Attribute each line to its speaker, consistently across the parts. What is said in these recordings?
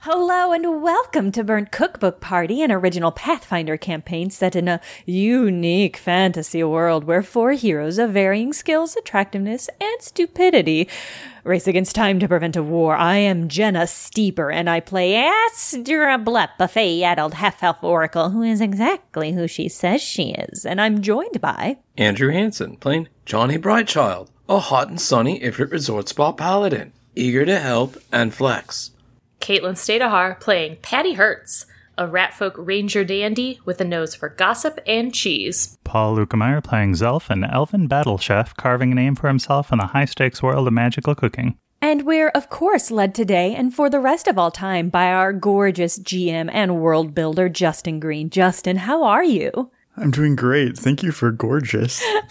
Speaker 1: Hello and welcome to Burnt Cookbook Party, an original Pathfinder campaign set in a unique fantasy world where four heroes of varying skills, attractiveness, and stupidity race against time to prevent a war. I am Jenna Steeper and I play Astra Blep, a fey-addled half-elf oracle who is exactly who she says she is. And I'm joined by...
Speaker 2: Andrew Hansen, playing Johnny Brightchild, a hot and sunny Ifrit Resort Spa paladin, eager to help and flex.
Speaker 3: Caitlin Stadahar playing Patty Hertz, a ratfolk ranger dandy with a nose for gossip and cheese.
Speaker 4: Paul Lukemeyer playing Zelf, an elven battle chef carving a name for himself in the high stakes world of magical cooking.
Speaker 1: And we're, of course, led today and for the rest of all time by our gorgeous GM and world builder, Justin Green. Justin, how are you?
Speaker 5: I'm doing great. Thank you for gorgeous.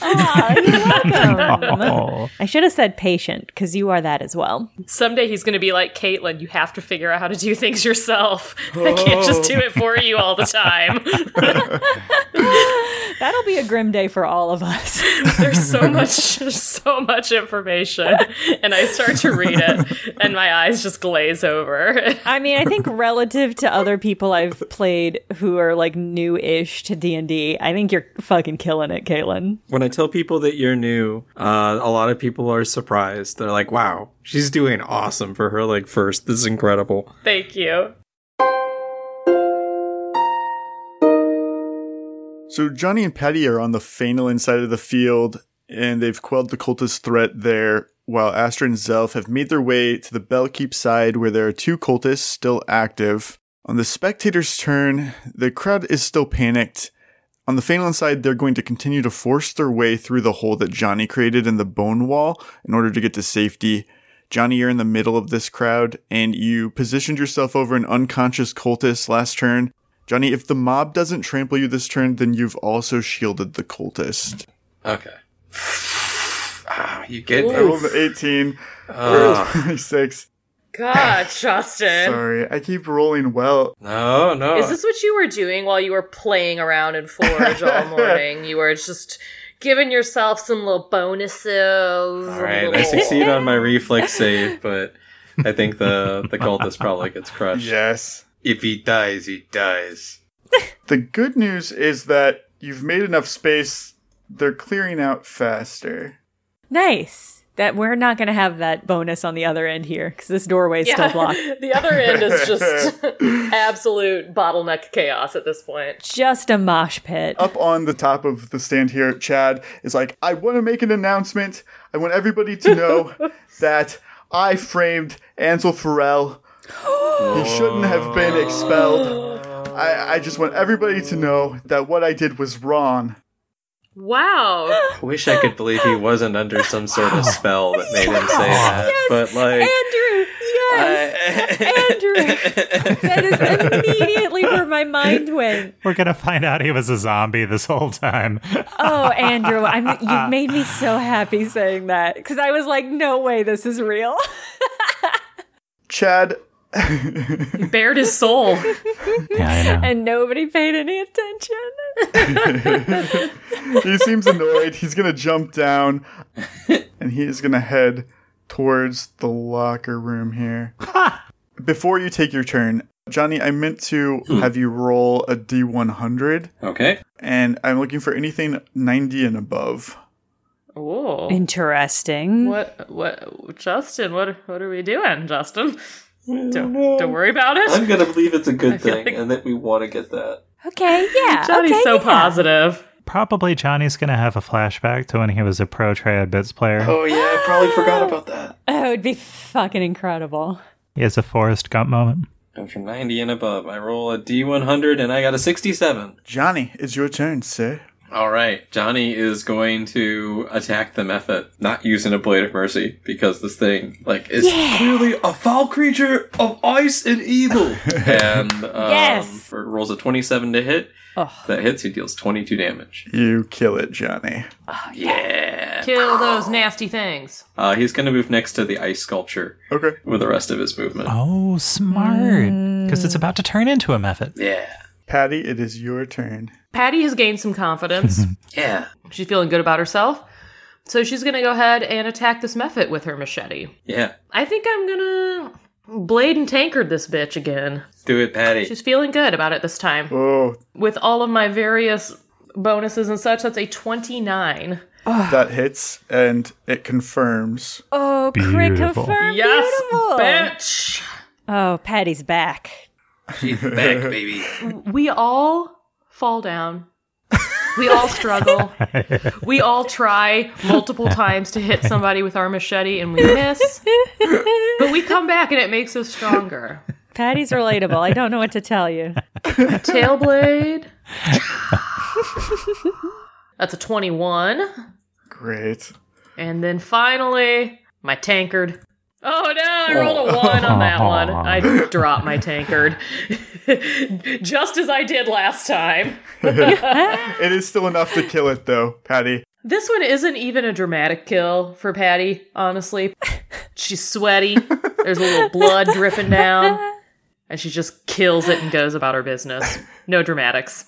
Speaker 4: Oh,
Speaker 1: I should have said patient, because you are that as well.
Speaker 3: Someday he's going to be like Caitlin, you have to figure out how to do things yourself. I can't just do it for you all the time.
Speaker 1: That'll be a grim day for all of us.
Speaker 3: there's so much there's so much information and I start to read it and my eyes just glaze over.
Speaker 1: I mean, I think relative to other people I've played who are like new-ish to D&D, I think you're fucking killing it, Caitlin.
Speaker 2: When I tell people that you're new, uh, a lot of people are surprised. They're like, wow, she's doing awesome for her like first. This is incredible.
Speaker 3: Thank you.
Speaker 5: So Johnny and Patty are on the Fainalin side of the field, and they've quelled the cultist threat there, while Astra and Zelf have made their way to the Bellkeep side where there are two cultists still active. On the spectators' turn, the crowd is still panicked. On the Fainalin side, they're going to continue to force their way through the hole that Johnny created in the bone wall in order to get to safety. Johnny, you're in the middle of this crowd, and you positioned yourself over an unconscious cultist last turn. Johnny, if the mob doesn't trample you this turn, then you've also shielded the cultist.
Speaker 2: Okay. Ah, you get
Speaker 5: I rolled an 18, rolled a 26.
Speaker 3: God, Justin.
Speaker 5: Sorry, I keep rolling well.
Speaker 2: No, no.
Speaker 3: Is this what you were doing while you were playing around in Forge all morning? You were just giving yourself some little bonuses.
Speaker 2: All right, I succeed on my reflex save, but I think the the cultist probably gets crushed.
Speaker 5: Yes.
Speaker 2: If he dies, he dies.
Speaker 5: The good news is that you've made enough space. They're clearing out faster.
Speaker 1: Nice. That we're not going to have that bonus on the other end here because this doorway is still blocked.
Speaker 3: the other end is just absolute bottleneck chaos at this point.
Speaker 1: Just a mosh pit.
Speaker 5: Up on the top of the stand here, Chad is like, I want to make an announcement. I want everybody to know that I framed Ansel Farrell. he shouldn't have been expelled. I, I just want everybody to know that what I did was wrong.
Speaker 3: Wow.
Speaker 2: I wish I could believe he wasn't under some sort of spell that made him say that. But like,
Speaker 1: Andrew, yes, Andrew. That is immediately where my mind went.
Speaker 4: We're gonna find out he was a zombie this whole time.
Speaker 1: Oh, Andrew, I'm you made me so happy saying that because I was like, no way, this is real.
Speaker 5: Chad,
Speaker 3: He bared his soul.
Speaker 4: Yeah, I know.
Speaker 1: and nobody paid any attention.
Speaker 5: he seems annoyed. He's going to jump down and he is going to head towards the locker room here. Before you take your turn, Johnny, I meant to have you roll a D100,
Speaker 2: okay,
Speaker 5: and I'm looking for anything 90 and above.
Speaker 3: Ooh.
Speaker 1: Interesting.
Speaker 3: What what Justin, what what are we doing, Justin? Don't don't worry about it.
Speaker 6: I'm gonna believe it's a
Speaker 3: I
Speaker 6: good
Speaker 3: feel
Speaker 6: thing,
Speaker 3: like-
Speaker 6: and that we want to get that.
Speaker 1: Okay, yeah.
Speaker 3: Johnny's
Speaker 1: okay,
Speaker 3: so
Speaker 1: yeah.
Speaker 3: positive.
Speaker 4: Probably Johnny's going to have a flashback to when he was a pro triad-bits player.
Speaker 6: Oh yeah, I probably forgot about that.
Speaker 1: Oh, it'd be fucking incredible.
Speaker 4: He has a Forrest Gump moment.
Speaker 6: After 90 and above, I roll a D100 and I got a 67.
Speaker 5: Johnny, it's your turn, sir.
Speaker 6: All right, Johnny is going to attack the method, not using a blade of mercy because this thing like is clearly a foul creature of ice and evil. and um,
Speaker 1: Yes.
Speaker 6: for- rolls a 27 to hit.
Speaker 1: Ugh.
Speaker 6: If That hits. He deals 22 damage.
Speaker 5: You kill it, Johnny.
Speaker 6: Yeah.
Speaker 3: Kill those nasty things.
Speaker 6: Uh, he's going to move next to the ice sculpture
Speaker 5: Okay.
Speaker 6: with the rest of his movement.
Speaker 4: Oh, smart. Because it's about to turn into a method.
Speaker 6: Yeah.
Speaker 5: Patty, it is your turn.
Speaker 3: Patty has gained some confidence.
Speaker 6: Yeah.
Speaker 3: she's feeling good about herself. So she's gonna go ahead and attack this Mephit with her machete.
Speaker 6: Yeah.
Speaker 3: I think I'm gonna blade and tankard this bitch again.
Speaker 6: Do it, Patty.
Speaker 3: She's feeling good about it this time.
Speaker 5: Oh,
Speaker 3: With all of my various bonuses and such, that's a 29.
Speaker 5: that hits and it confirms.
Speaker 1: Oh, crit
Speaker 4: Beautiful.
Speaker 1: confirm.
Speaker 3: Yes,
Speaker 1: beautiful.
Speaker 3: bitch!
Speaker 1: Oh, Patty's back.
Speaker 6: She's back, baby.
Speaker 3: We all fall down. We all struggle. we all try multiple times to hit somebody with our machete and we miss. but we come back and it makes us stronger.
Speaker 1: Patty's relatable. I don't know what to tell you.
Speaker 3: Tailblade. That's a 21.
Speaker 5: Great.
Speaker 3: And then finally, my tankard. Oh no, I rolled a one on that one. I dropped my tankard. Just as I did last time.
Speaker 5: It is still enough to kill it, though, Patty.
Speaker 3: This one isn't even a dramatic kill for Patty, honestly. She's sweaty. There's a little blood dripping down. And she just kills it and goes about her business. No dramatics.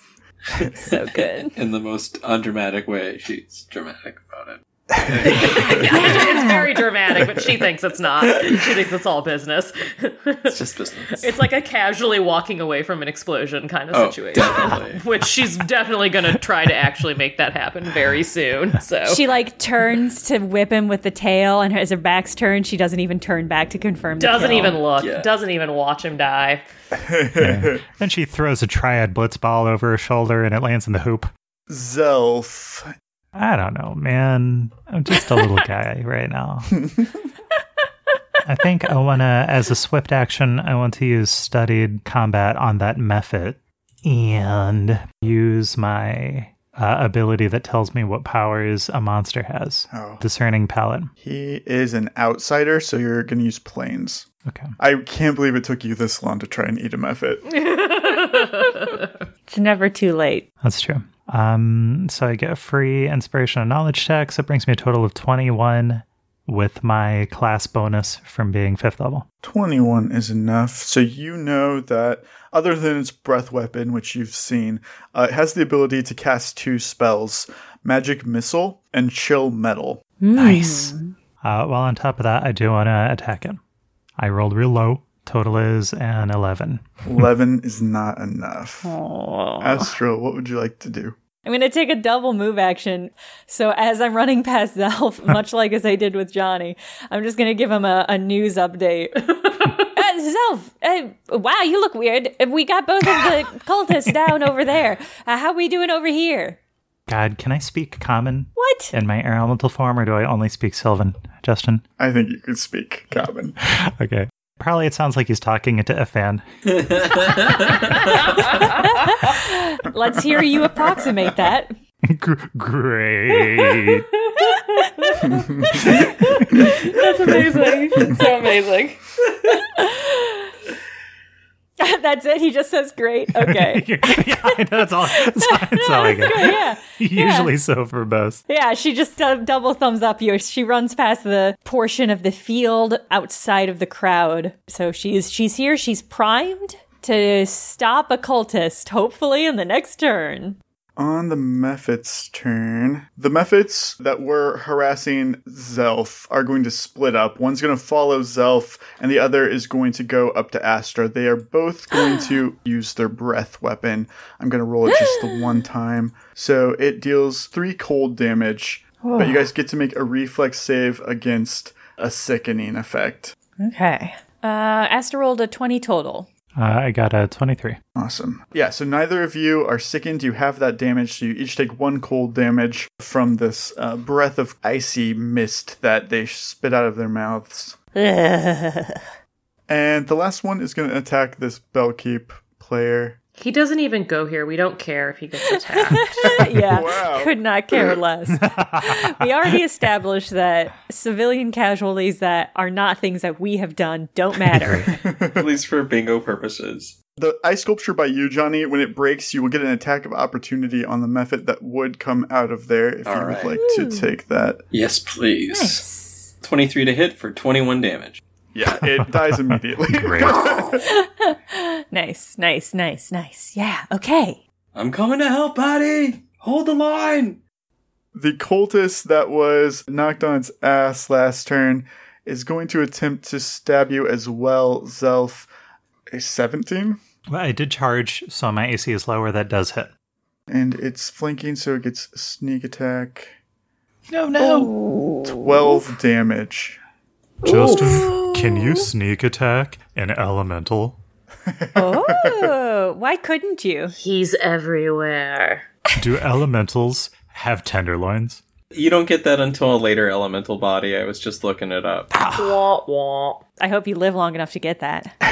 Speaker 1: So good.
Speaker 6: In the most undramatic way, she's dramatic about it.
Speaker 3: it's very dramatic, but she thinks it's not. She thinks it's all business.
Speaker 6: It's just business.
Speaker 3: It's like a casually walking away from an explosion kind of
Speaker 6: Oh,
Speaker 3: situation.
Speaker 6: definitely.
Speaker 3: Which she's definitely going to try to actually make that happen very soon. So
Speaker 1: She like turns to whip him with the tail, and as her back's turned, she doesn't even turn back to confirm. The
Speaker 3: doesn't
Speaker 1: kill.
Speaker 3: even look,
Speaker 6: Yeah.
Speaker 3: doesn't even watch him die.
Speaker 4: Then she throws a triad blitz ball over her shoulder and it lands in the hoop.
Speaker 5: Zelf.
Speaker 4: I don't know, man. I'm just a little guy right now. I think I want to, as a swift action, I want to use studied combat on that method and use my uh, ability that tells me what powers a monster has.
Speaker 5: Oh.
Speaker 4: Discerning palate.
Speaker 5: He is an outsider, so you're going to use planes.
Speaker 4: Okay.
Speaker 5: I can't believe it took you this long to try and eat a method.
Speaker 1: It's never too late.
Speaker 4: That's true. Um, so I get a free inspiration and knowledge check. So it brings me a total of 21 with my class bonus from being fifth level.
Speaker 5: 21 is enough. So you know that, other than its breath weapon, which you've seen, uh, it has the ability to cast two spells Magic Missile and Chill Metal.
Speaker 1: Nice.
Speaker 4: Uh, well, on top of that, I do want to attack it. I rolled real low. Total is an 11.
Speaker 5: 11 is not enough. Astro, what would you like to do?
Speaker 1: Mm. I'm going to take a double move action. So as I'm running past Zelf, much like as I did with Johnny, I'm just going to give him a, a news update. uh, Zelf, uh, wow, you look weird. We got both of the cultists down over there. Uh, how we doing over here?
Speaker 4: God, can I speak common
Speaker 1: What?
Speaker 4: in my air elemental form, or do I only speak Sylvan, Justin?
Speaker 5: I think you could speak common.
Speaker 4: Okay. Probably it sounds like he's talking into a fan.
Speaker 1: Let's hear you approximate that.
Speaker 4: Gr- Great.
Speaker 3: That's amazing. so amazing.
Speaker 1: That's it. He just says great. Okay.
Speaker 4: yeah, I know, that's all. That's, that's all I get.
Speaker 1: yeah.
Speaker 4: Usually so verbose.
Speaker 1: Yeah, she just uh, double thumbs up you. She runs past the portion of the field outside of the crowd. So she's she's here. She's primed to stop a cultist, hopefully in the next turn.
Speaker 5: On the Mephits' turn, the Mephits that were harassing Zelf are going to split up. One's going to follow Zelf, and the other is going to go up to Astra. They are both going to use their breath weapon. I'm going to roll it just the one time. So it deals three cold damage. But you guys get to make a reflex save against a sickening effect.
Speaker 1: Okay. Uh, Asta rolled a 20 total.
Speaker 4: Uh, I got a 23.
Speaker 5: Awesome. Yeah, so neither of you are sickened. You have that damage, so you each take one cold damage from this uh, breath of icy mist that they spit out of their mouths. and the last one is going to attack this Bellkeep player.
Speaker 3: He doesn't even go here. We don't care if he gets attacked.
Speaker 1: yeah,
Speaker 5: Wow.
Speaker 1: could not care less. we already established that civilian casualties that are not things that we have done don't matter.
Speaker 6: At least for bingo purposes.
Speaker 5: The ice sculpture by you, Johnny, when it breaks, you will get an attack of opportunity on the method that would come out of there if you would
Speaker 6: Alright.
Speaker 5: like to take that.
Speaker 6: Yes, please.
Speaker 1: nice.
Speaker 6: 23 to hit for 21 damage.
Speaker 5: Yeah, it dies immediately.
Speaker 1: Nice, nice, nice, nice. Yeah, okay.
Speaker 6: I'm coming to help, buddy! Hold the line!
Speaker 5: The cultist that was knocked on its ass last turn is going to attempt to stab you as well, Zelf. A 17?
Speaker 4: Well, I did charge, so my AC is lower. That does hit.
Speaker 5: And it's flanking, so it gets sneak attack.
Speaker 4: No, no.
Speaker 5: 12 damage.
Speaker 7: Justin, can you sneak attack an elemental?
Speaker 1: Oh, why couldn't you?
Speaker 3: He's everywhere.
Speaker 7: Do elementals have tenderloins?
Speaker 6: You don't get that until a later elemental body. I was just looking it up.
Speaker 3: wah, wah.
Speaker 1: I hope you live long enough to get that. I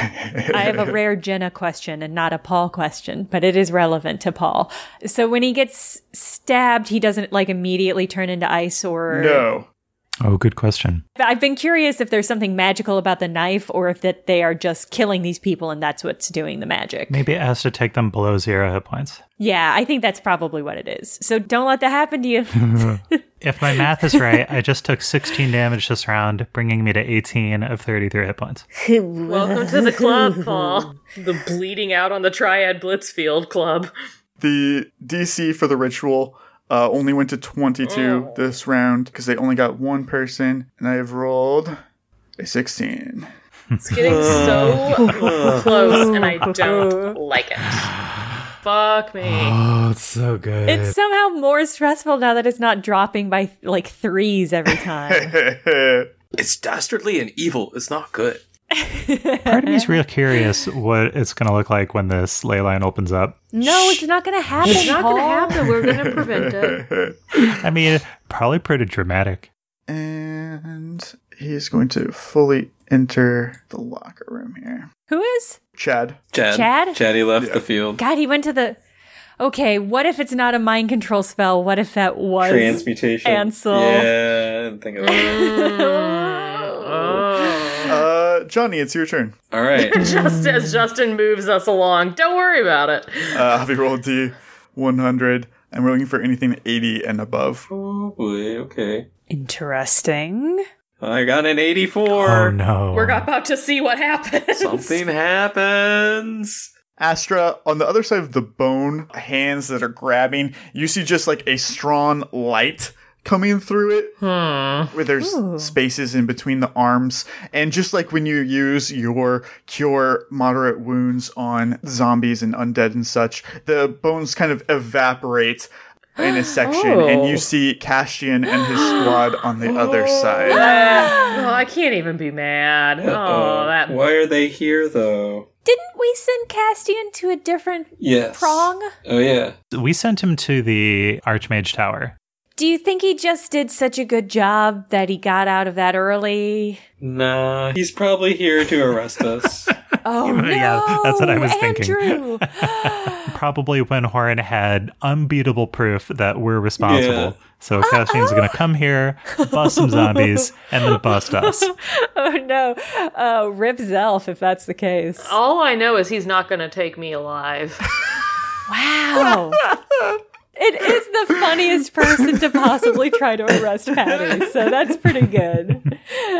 Speaker 1: have a rare Jenna question and not a Paul question, but it is relevant to Paul. So when he gets stabbed, he doesn't like immediately turn into ice or
Speaker 5: No.
Speaker 4: Oh, good question.
Speaker 1: I've been curious if there's something magical about the knife or if that they are just killing these people and that's what's doing the magic.
Speaker 4: Maybe it has to take them below zero hit points.
Speaker 1: Yeah, I think that's probably what it is. So don't let that happen to you.
Speaker 4: If my math is right, I just took 16 damage this round, bringing me to 18 of 33 hit points.
Speaker 3: Welcome to the club, Paul. The bleeding out on the Triad Blitzfield Club.
Speaker 5: The DC for the ritual uh, only went to 22 this round because they only got one person, and I have rolled a 16.
Speaker 3: It's getting so close, and I don't like it. Fuck me.
Speaker 7: Oh, it's so good.
Speaker 1: it's somehow more stressful now that it's not dropping by like threes every time.
Speaker 6: It's dastardly and evil. It's not good.
Speaker 4: Part of me's real curious what it's going to look like when this ley line opens up.
Speaker 1: no, it's not going to happen.
Speaker 3: It's not going to
Speaker 1: Paul.
Speaker 3: happen. We're going to prevent it.
Speaker 4: I mean, probably pretty dramatic.
Speaker 5: And he's going to fully enter the locker room here.
Speaker 1: Who is?
Speaker 5: Chad.
Speaker 6: Chad.
Speaker 1: Chad?
Speaker 6: Chaddy left the field.
Speaker 1: God, he went to the. Okay, what if it's not a mind control spell? What if that was?
Speaker 6: Transmutation.
Speaker 1: Ansel.
Speaker 6: Yeah, I didn't think of that.
Speaker 5: Uh, Johnny, it's your turn.
Speaker 6: All right.
Speaker 3: Just as Justin moves us along, don't worry about it.
Speaker 5: Uh, have you rolled D 100? And we're looking for anything 80 and above.
Speaker 6: Oh boy, okay.
Speaker 1: Interesting.
Speaker 6: I got an 84.
Speaker 4: Oh, no.
Speaker 3: We're about to see what happens.
Speaker 6: Something happens.
Speaker 5: Astra, on the other side of the bone, hands that are grabbing, you see just like a strong light coming through it. Where there's spaces in between the arms. And just like when you use your cure moderate wounds on zombies and undead and such, the bones kind of evaporate in a section, and you see Castian and his squad on the other side.
Speaker 3: oh, I can't even be mad. Oh, that.
Speaker 6: Why are they here though?
Speaker 1: Didn't we send Castian to a different
Speaker 6: Yes.
Speaker 1: prong?
Speaker 6: Oh yeah.
Speaker 4: We sent him to the Archmage Tower.
Speaker 1: Do you think he just did such a good job that he got out of that early?
Speaker 6: Nah, he's probably here to arrest us.
Speaker 1: Oh no!
Speaker 4: Yeah, that's what I was
Speaker 1: Andrew!
Speaker 4: thinking. Probably when Horan had unbeatable proof that we're responsible.
Speaker 6: Yeah.
Speaker 4: So Kashin's going to come here, bust some zombies, and then bust us.
Speaker 1: oh no! Uh, rip Zelf, if that's the case.
Speaker 3: All I know is he's not going to take me alive.
Speaker 1: Wow! it is the funniest person to possibly try to arrest Patty, so that's pretty good.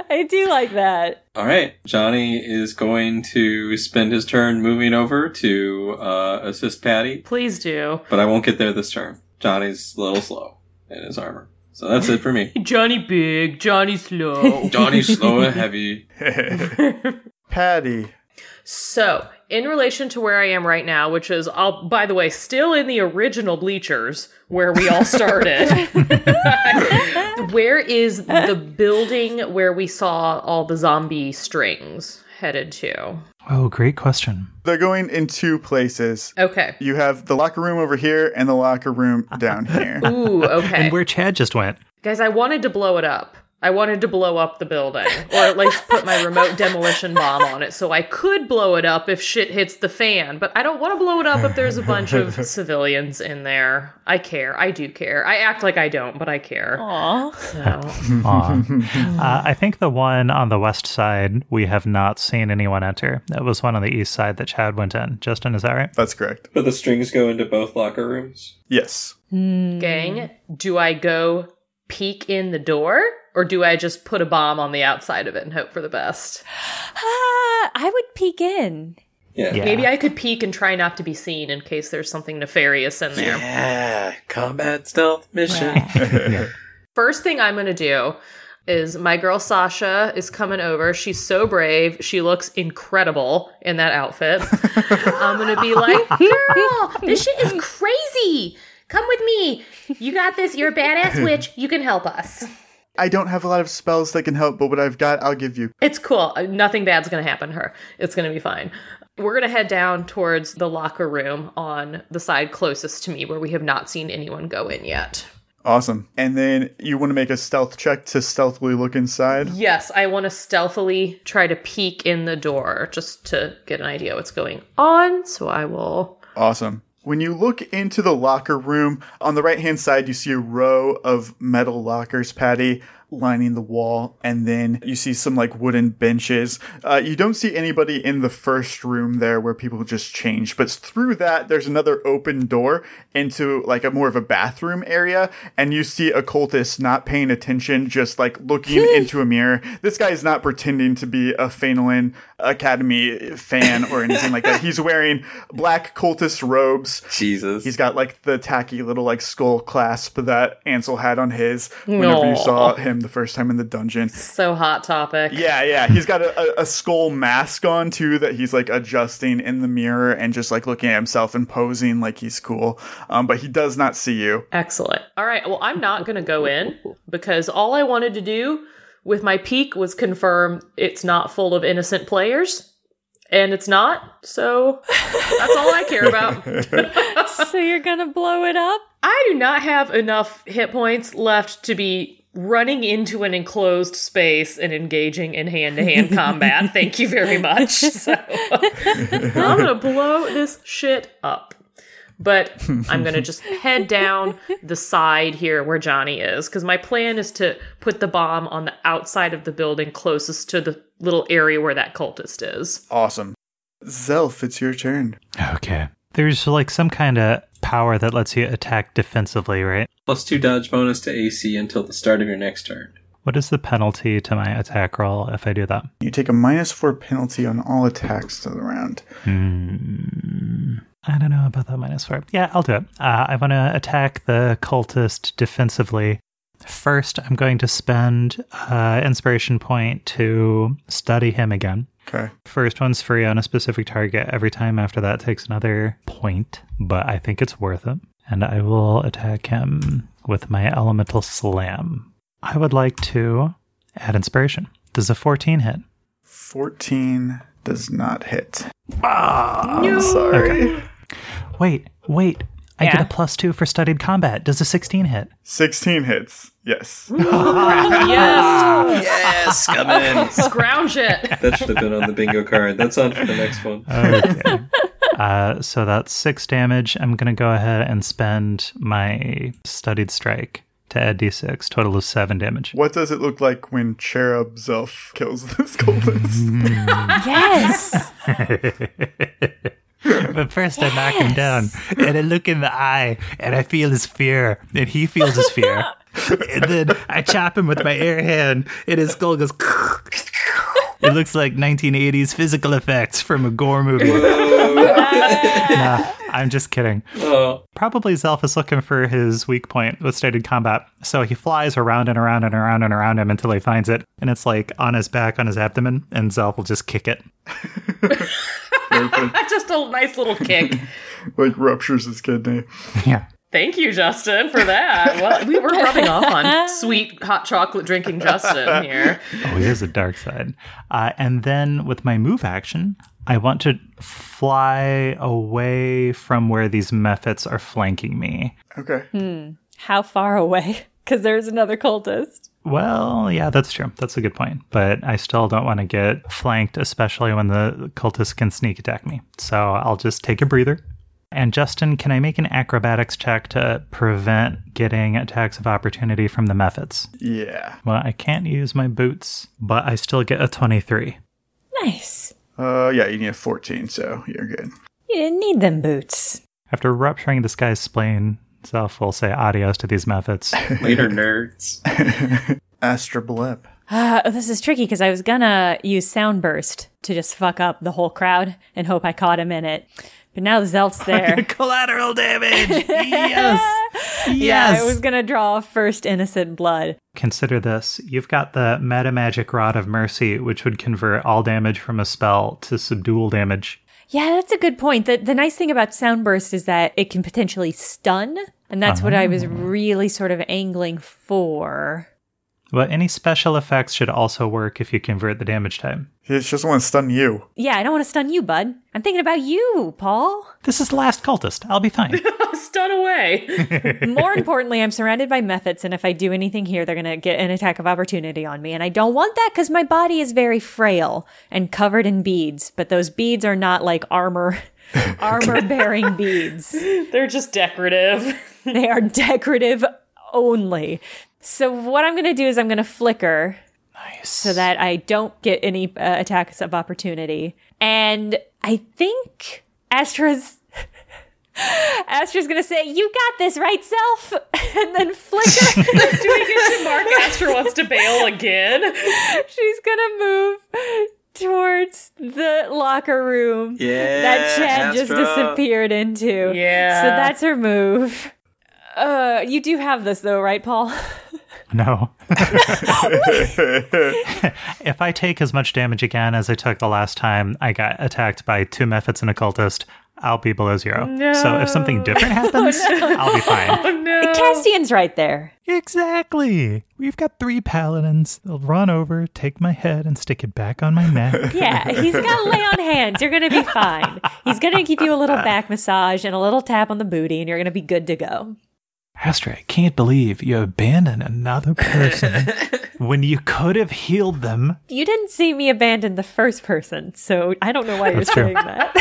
Speaker 1: I do like that.
Speaker 6: All right. Johnny is going to spend his turn moving over to uh, assist Patty,
Speaker 3: Please do.
Speaker 6: but I won't get there this turn. Johnny's a little slow in his armor. So that's it for me.
Speaker 3: Johnny big, Johnny slow.
Speaker 6: Johnny's slow and heavy.
Speaker 5: Patty,
Speaker 3: So, in relation to where I am right now, which is, I'll, by the way, still in the original bleachers where we all started, where is the building where we saw all the zombie strings headed to?
Speaker 4: Oh, great question.
Speaker 5: They're going in two places.
Speaker 3: Okay.
Speaker 5: You have the locker room over here and the locker room down here.
Speaker 3: Ooh, okay.
Speaker 4: And where Chad just went.
Speaker 3: Guys, I wanted to blow it up. I wanted to blow up the building, or at least put my remote demolition bomb on it so I could blow it up if shit hits the fan. But I don't want to blow it up if there's a bunch of civilians in there. I care. I do care. I act like I don't, but I care. So,
Speaker 4: Aw. uh, I think the one on the west side we have not seen anyone enter. That was one on the east side that Chad went in. Justin, is that right?
Speaker 5: That's correct.
Speaker 6: But the strings go into both locker rooms.
Speaker 5: Yes.
Speaker 3: Hmm. gang, do I go peek in the door, or do I just put a bomb on the outside of it and hope for the best?
Speaker 1: Ah, I would peek in.
Speaker 4: Yeah.
Speaker 3: Maybe I could peek and try not to be seen in case there's something nefarious in there.
Speaker 6: Yeah, combat stealth mission.
Speaker 3: First thing I'm going to do is my girl Sasha is coming over. She's so brave. She looks incredible in that outfit. I'm going to be like, girl, this shit is crazy. Come with me. You got this. You're a badass witch. You can help us.
Speaker 5: I don't have a lot of spells that can help, but what I've got, I'll give you.
Speaker 3: It's cool. Uh, Nothing bad's going to happen to her. It's going to be fine. We're going to head down towards the locker room on the side closest to me where we have not seen anyone go in yet.
Speaker 5: Awesome. And then you want to make a stealth check to stealthily look inside.
Speaker 3: Yes, I want to stealthily try to peek in the door just to get an idea what's going on. So I will.
Speaker 5: Awesome. When you look into the locker room, on the right hand side, you see a row of metal lockers, Patty, lining the wall, and then you see some like wooden benches. Uh, you don't see anybody in the first room there where people just change, but through that, there's another open door into like a more of a bathroom area, and you see a cultist not paying attention, just like looking into a mirror. This guy is not pretending to be a Fenelon Academy fan or anything like that. He's wearing black cultist robes.
Speaker 6: Jesus.
Speaker 5: He's got like the tacky little like skull clasp that Ansel had on his whenever you
Speaker 3: Aw.
Speaker 5: saw him the first time in the dungeon.
Speaker 3: So hot topic.
Speaker 5: Yeah, yeah. He's got a, a, a skull mask on too that he's like adjusting in the mirror and just like looking at himself and posing like he's cool. Um, but he does not see you.
Speaker 3: Excellent. All right. Well, I'm not going to go in because all I wanted to do with my peek was confirm it's not full of innocent players. And it's not. So that's all I care about.
Speaker 1: so you're gonna blow it up?
Speaker 3: I do not have enough hit points left to be running into an enclosed space and engaging in hand-to-hand combat. Thank you very much. So I'm gonna blow this shit up. But I'm gonna just head down the side here where Johnny is, because my plan is to put the bomb on the outside of the building closest to the little area where that cultist is.
Speaker 5: Awesome. Zelf, it's your turn.
Speaker 4: Okay. There's like some kind of power that lets you attack defensively, right?
Speaker 6: Plus two dodge bonus to AC until the start of your next turn.
Speaker 4: What is the penalty to my attack roll if I do that?
Speaker 5: You take a minus four penalty on all attacks to the round.
Speaker 4: Hmm. I don't know about that minus four. Yeah, I'll do it. Uh, I want to attack the cultist defensively. First, I'm going to spend uh, inspiration point to study him again.
Speaker 5: Okay.
Speaker 4: First one's free on a specific target. Every time after that takes another point, but I think it's worth it. And I will attack him with my elemental slam. I would like to add inspiration. Does a 14 hit?
Speaker 5: 14 does not hit. Ah, I'm sorry.
Speaker 4: Wait, wait. I
Speaker 1: Yeah.
Speaker 4: get a plus two for studied combat. Does a 16 hit?
Speaker 5: 16 hits. Yes.
Speaker 3: Yes,
Speaker 6: Yes, come in.
Speaker 3: scrounge it.
Speaker 6: That should have been on the bingo card. That's on for the next one.
Speaker 4: Okay. uh, so that's six damage. I'm going to go ahead and spend my studied strike to add d6, total of seven damage.
Speaker 5: What does it look like when Cherub Zelf kills this cultist?
Speaker 1: Yes.
Speaker 4: But first, I knock him down, and I look in the eye, and I feel his fear, and he feels his fear. and then I chop him with my air hand, and his skull goes. It looks like 1980s physical effects from a gore movie. nah, I'm just kidding. Probably Zelf is looking for his weak point with stated combat. So he flies around and around and around and around him until he finds it. And it's like on his back, on his abdomen, and Zelf will just kick it.
Speaker 3: Just a nice little kick.
Speaker 5: like ruptures his kidney.
Speaker 4: Yeah.
Speaker 3: Thank you, Justin, for that. Well, we were rubbing off on sweet hot chocolate drinking Justin here.
Speaker 4: Oh, here's the dark side. Uh, and then with my move action, I want to fly away from where these mephits are flanking me.
Speaker 5: Okay.
Speaker 1: How far away? Because there's another cultist.
Speaker 4: Well, yeah, that's true. That's a good point. But I still don't want to get flanked, especially when the cultists can sneak attack me. So I'll just take a breather. And Justin, can I make an acrobatics check to prevent getting attacks of opportunity from the methods?
Speaker 5: Yeah.
Speaker 4: Well, I can't use my boots, but I still get a 23.
Speaker 1: Nice.
Speaker 5: Uh, yeah, you need a 14, so you're good.
Speaker 1: You didn't need them boots.
Speaker 4: After rupturing this guy's spleen, Zelf will say adios to these methods.
Speaker 6: Later, nerds.
Speaker 5: Astra Blep.
Speaker 1: Uh, this is tricky because I was gonna use sound burst to just fuck up the whole crowd and hope I caught him in it. But now Zelt's there.
Speaker 4: Collateral damage! yes! Yes!
Speaker 1: Yeah, I was gonna draw first innocent blood.
Speaker 4: Consider this. You've got the Meta Magic Rod of Mercy, which would convert all damage from a spell to subdual damage.
Speaker 1: Yeah, that's a good point. The, the nice thing about sound burst is that it can potentially stun, and that's what I
Speaker 4: Ah.
Speaker 1: was really sort of angling for.
Speaker 4: But any special effects should also work if you convert the damage type.
Speaker 5: He just doesn't want to stun you.
Speaker 1: Yeah, I don't want to stun you, bud. I'm thinking about you, Paul.
Speaker 4: This is Last Cultist. I'll be fine.
Speaker 3: Stun away.
Speaker 1: More importantly, I'm surrounded by methods, and if I do anything here, they're going to get an attack of opportunity on me. And I don't want that because my body is very frail and covered in beads, but those beads are not like armor. armor bearing beads.
Speaker 3: They're just decorative.
Speaker 1: They are decorative only. So, what I'm going to do is I'm going to flicker so that I don't get any uh, attacks of opportunity. And I think Astra's Astra's gonna say, "You got this, right, self?" and then flicker.
Speaker 3: Mark Astor wants to bail again.
Speaker 1: She's gonna move towards the locker room
Speaker 6: Yeah,
Speaker 1: that Chad just
Speaker 6: Astra.
Speaker 1: disappeared into.
Speaker 3: Yeah.
Speaker 1: so that's her move. Uh, you do have this though, right, Paul?
Speaker 4: No. if I take as much damage again as I took the last time I got attacked by two methods and a cultist, I'll be below zero. So if something different happens, I'll be fine.
Speaker 1: Castian's right there.
Speaker 4: Exactly. We've got three paladins. They'll run over, take my head, and stick it back on my neck.
Speaker 1: Yeah, he's got lay on hands. You're gonna be fine. He's gonna give you a little back massage and a little tap on the booty, and you're gonna be good to go.
Speaker 4: Astra, I can't believe you abandoned another person when you could have healed them.
Speaker 1: You didn't see me abandon the first person, so I don't know why you're
Speaker 4: That's true.
Speaker 1: saying that.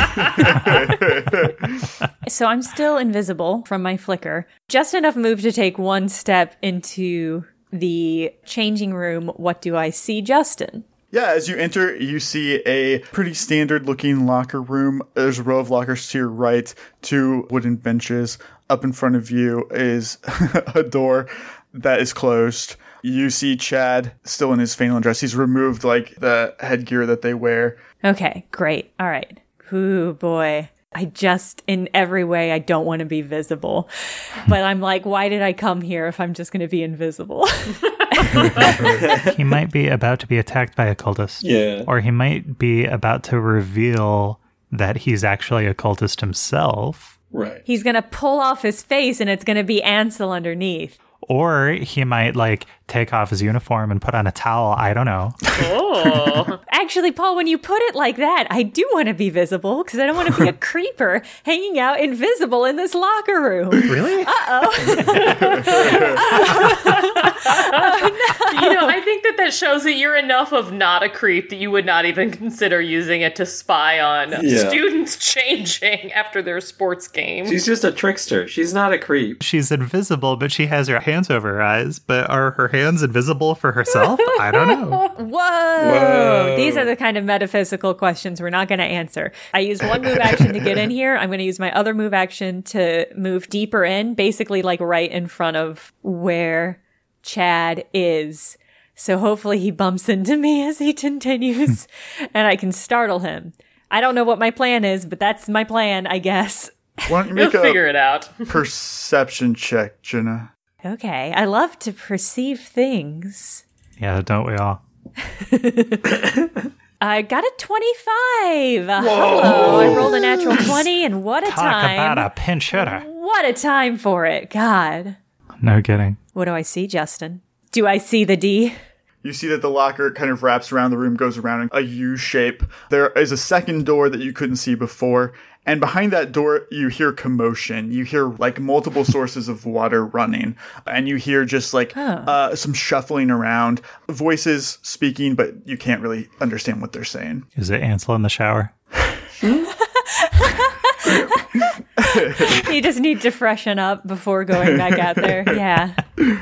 Speaker 1: so I'm still invisible from my flicker. Just enough move to take one step into the changing room. What do I see, Justin?
Speaker 5: Yeah, as you enter, you see a pretty standard looking locker room. There's a row of lockers to your right, two wooden benches. Up in front of you is a door that is closed. You see Chad still in his Phelan dress. He's removed like the headgear that they wear.
Speaker 1: Okay, great. All right. Ooh, boy. I just, in every way, I don't want to be visible. But I'm like, why did I come here if I'm just going to be invisible?
Speaker 4: he might be about to be attacked by a cultist.
Speaker 6: Yeah.
Speaker 4: Or he might be about to reveal that he's actually a cultist himself.
Speaker 6: Right.
Speaker 1: He's going to pull off his face and it's going to be Ansel underneath.
Speaker 4: Or he might like take off his uniform and put on a towel. I don't know.
Speaker 1: Actually, Paul, when you put it like that, I do want to be visible because I don't want to be a creeper hanging out invisible in this locker room.
Speaker 4: Really?
Speaker 3: You know, I think that that shows that you're enough of not a creep that you would not even consider using it to spy on
Speaker 6: Yeah.
Speaker 3: students changing after their sports game.
Speaker 6: She's just a trickster. She's not a creep.
Speaker 4: She's invisible, but she has her hands over her eyes. But are her hands invisible for herself? I don't know.
Speaker 1: Whoa. These are the kind of metaphysical questions we're not going to answer. I use one move action to get in here. I'm going to use my other move action to move deeper in, basically like right in front of where Chad is. So hopefully he bumps into me as he continues and I can startle him. I don't know what my plan is, but that's my plan, I guess.
Speaker 5: Why don't you make
Speaker 3: You'll
Speaker 5: a
Speaker 3: figure it out.
Speaker 5: perception check, Jenna?
Speaker 1: Okay, I love to perceive things.
Speaker 4: Yeah, don't we all?
Speaker 1: I got a 25. Hello, I rolled a natural 20 and what a
Speaker 4: Talk
Speaker 1: time.
Speaker 4: about a pinch hitter.
Speaker 1: What a time for it. God.
Speaker 4: No kidding.
Speaker 1: What do I see, Justin? Do I see the D?
Speaker 5: You see that the locker kind of wraps around the room, goes around in a U shape. There is a second door that you couldn't see before, and behind that door, you hear commotion. You hear like multiple sources of water running, and you hear just like uh, some shuffling around, voices speaking, but you can't really understand what they're saying.
Speaker 4: Is it Ansel in the shower?
Speaker 1: You just need to freshen up before going back out there. Yeah,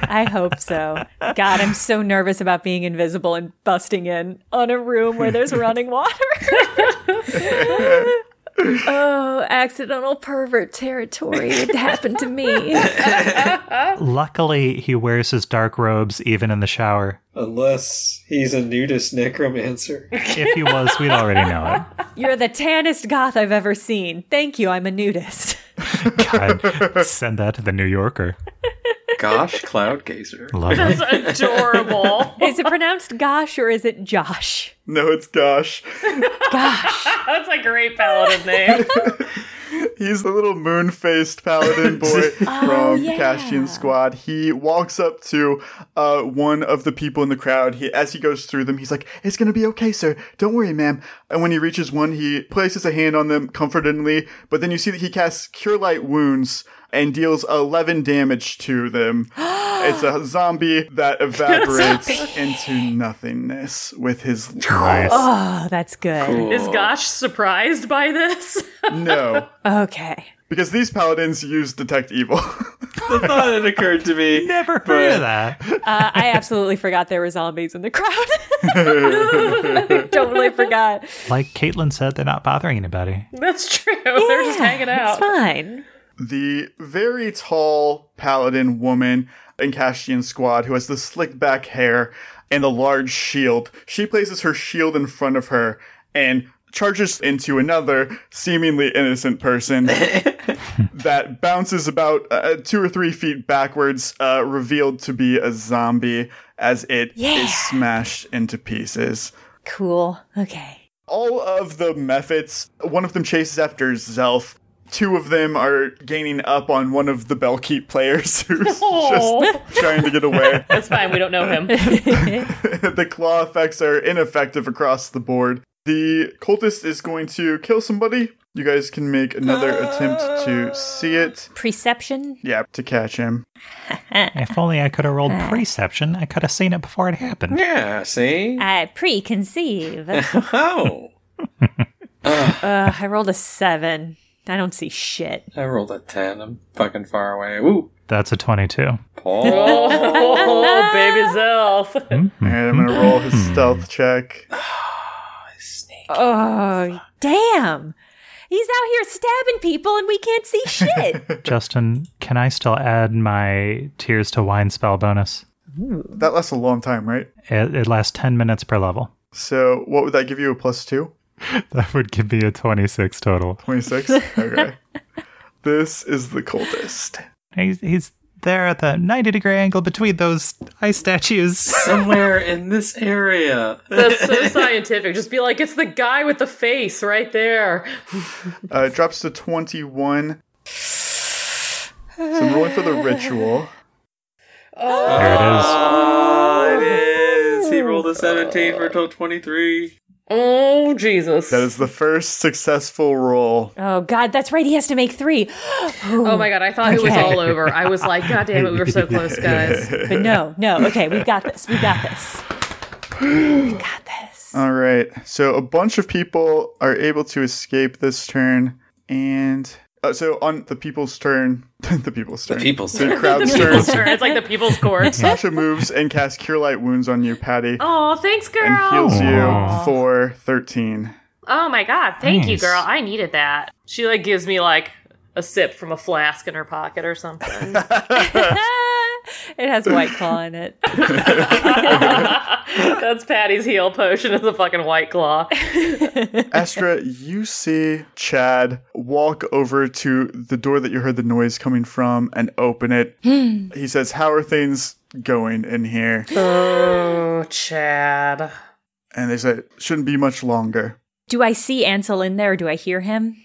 Speaker 1: I hope so. God, I'm so nervous about being invisible and busting in on a room where there's running water. oh, accidental pervert territory would happen to me.
Speaker 4: Luckily, he wears his dark robes even in the shower.
Speaker 6: Unless he's a nudist necromancer.
Speaker 4: If he was, we'd already know
Speaker 1: You're the tannest goth I've ever seen. Thank you, I'm a nudist.
Speaker 4: it. God, send that to the New Yorker.
Speaker 6: Gosh, cloud gazer.
Speaker 4: Love it.
Speaker 3: That's adorable.
Speaker 1: Is it pronounced gosh or is it Josh?
Speaker 5: No, it's gosh.
Speaker 3: That's a great paladin name.
Speaker 5: He's the little moon faced paladin boy from Castian Squad. He walks up to uh, one of the people in the crowd. He, as he goes through them, he's like, It's going to be okay, sir. Don't worry, ma'am. And when he reaches one, he places a hand on them comfortingly, but then you see that he casts Cure Light Wounds and deals 11 damage to them. it's a zombie that evaporates into nothingness with his.
Speaker 7: Nice.
Speaker 1: Oh, that's good.
Speaker 3: Is Gosh surprised by this?
Speaker 5: no.
Speaker 1: Okay.
Speaker 5: Because these paladins use Detect Evil.
Speaker 6: The thought had occurred to me.
Speaker 4: Never heard of that.
Speaker 1: Uh, I absolutely forgot there were zombies in the crowd. I totally forgot.
Speaker 4: Like Caitlin said, they're not bothering anybody.
Speaker 3: That's true. They're just hanging
Speaker 1: It's
Speaker 3: out.
Speaker 1: fine.
Speaker 5: the very tall paladin woman in Castian squad who has the slick back hair and the large shield. She places her shield in front of her and charges into another seemingly innocent person that bounces about uh, two or three feet backwards, uh, revealed to be a zombie as it is smashed into pieces
Speaker 1: Cool. Okay.
Speaker 5: all of the Mephits, one of them chases after Zelf. Two of them are gaining up on one of the Bellkeep players who's
Speaker 3: Aw.
Speaker 5: just trying to get away.
Speaker 3: That's fine. We don't know him.
Speaker 5: the claw effects are ineffective across the board. The cultist is going to kill somebody. You guys can make another attempt to see it.
Speaker 1: Perception.
Speaker 5: Yeah, to catch him.
Speaker 4: If only I could have rolled preception, I could have seen it before it happened.
Speaker 6: Yeah, see? Oh.
Speaker 1: I preconceive. Ugh,
Speaker 6: How?
Speaker 1: I rolled a seven. I don't see shit.
Speaker 6: I rolled a 10. I'm fucking far away. Ooh,
Speaker 4: That's a 22.
Speaker 6: Paul.
Speaker 3: Oh, baby Zelf.
Speaker 5: And I'm going to roll his stealth check.
Speaker 1: Oh, damn. He's out here stabbing people and we can't see shit.
Speaker 4: Justin, can I still add my Tears to Wine spell bonus?
Speaker 5: That lasts a long time, right?
Speaker 4: It, it lasts 10 minutes per level.
Speaker 5: So, what would that give you? A plus two?
Speaker 4: That would give me a 26 total.
Speaker 5: 26? Okay. this is the cultist.
Speaker 4: He's, he's there at the 90 degree angle between those ice statues.
Speaker 6: Somewhere in this area.
Speaker 3: That's so scientific. Just be like, it's the guy with the face right there.
Speaker 5: Uh, it drops to 21. So I'm rolling for the ritual.
Speaker 4: There it is.
Speaker 6: Ah, it is. He rolled a 17 for a total 23.
Speaker 3: Oh, Jesus.
Speaker 5: That is the first successful roll.
Speaker 1: oh, God. That's right. He has to make three.
Speaker 3: Oh my god, I thought it was all over. I was like, God damn it, we were so close, guys.
Speaker 1: But no, no. Okay. We've got this. We've got this. we got this.
Speaker 5: All right. So a bunch of people are able to escape this turn. And uh, so on the people's turn, the people's turn,
Speaker 6: people's
Speaker 5: the
Speaker 6: turn.
Speaker 5: crowd's turn,
Speaker 3: Sure, it's like the people's court.
Speaker 5: Sasha moves and casts Cure Light Wounds on you, Patty,
Speaker 3: Oh, thanks,
Speaker 5: and
Speaker 3: girl.
Speaker 5: heals you
Speaker 4: Aw.
Speaker 5: for 13.
Speaker 3: Oh my god, thank you,
Speaker 4: Nice.
Speaker 3: girl. I needed that. She like gives me like a sip from a flask in her pocket or something.
Speaker 1: Ah, It has white claw in it.
Speaker 3: That's Patty's heal potion is a fucking white claw.
Speaker 5: Astra, you see Chad walk over to the door that you heard the noise coming from and open it. he says, How are things going in here?
Speaker 3: Oh, Chad.
Speaker 5: And they say, Shouldn't be much longer.
Speaker 1: Do I see Ansel in there? Do I hear him?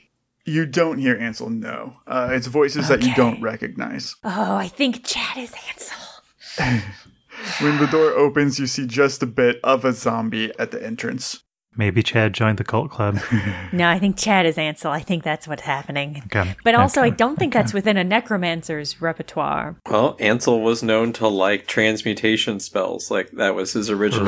Speaker 5: You don't hear Ansel, no. Uh, it's voices that you don't recognize.
Speaker 1: Oh, I think Chad is Ansel.
Speaker 5: When the door opens, you see just a bit of a zombie at the entrance.
Speaker 4: Maybe Chad joined the cult club.
Speaker 1: No, I think Chad is Ansel. I think that's what's happening.
Speaker 4: Okay.
Speaker 1: But also, I
Speaker 4: Okay.
Speaker 1: don't think that's within a necromancer's repertoire.
Speaker 6: Well, Ansel was known to like transmutation spells. Like that was his original.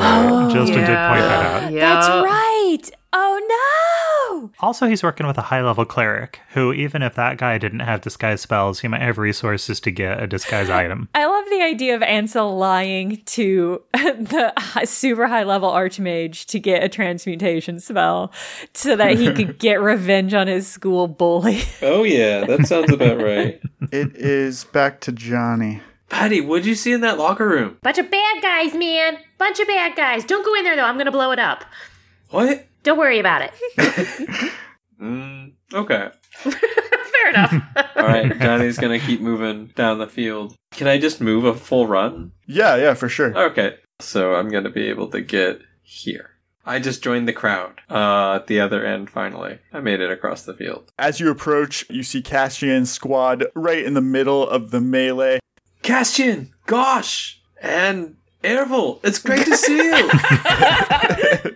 Speaker 4: Justin did point that out.
Speaker 1: That's right. Oh
Speaker 4: Also, he's working with a high level cleric who, even if that guy didn't have disguise spells, he might have resources to get a disguise item.
Speaker 1: no! I love the idea of Ansel lying to the hi- super high level archmage to get a transmutation spell so that he could get revenge on his school bully.
Speaker 6: Oh yeah, that sounds about right.
Speaker 5: It is back to Johnny.
Speaker 6: Patty, what'd you see in that locker room?
Speaker 3: Bunch of bad guys, man. Bunch of bad guys. Don't go in there though. I'm gonna blow it up.
Speaker 6: What?
Speaker 3: Don't worry about it.
Speaker 6: Mm, okay.
Speaker 3: Fair enough.
Speaker 6: All right, Johnny's gonna keep moving down the field. Can I just move a full run?
Speaker 5: Yeah, yeah, for sure.
Speaker 6: Okay, so I'm gonna be able to get here. I just joined the crowd uh, at the other end. Finally, I made it across the field.
Speaker 5: As you approach, you see Cassian's squad right in the middle of the melee.
Speaker 6: Castian, Gosh, and Ervil, it's great to see you.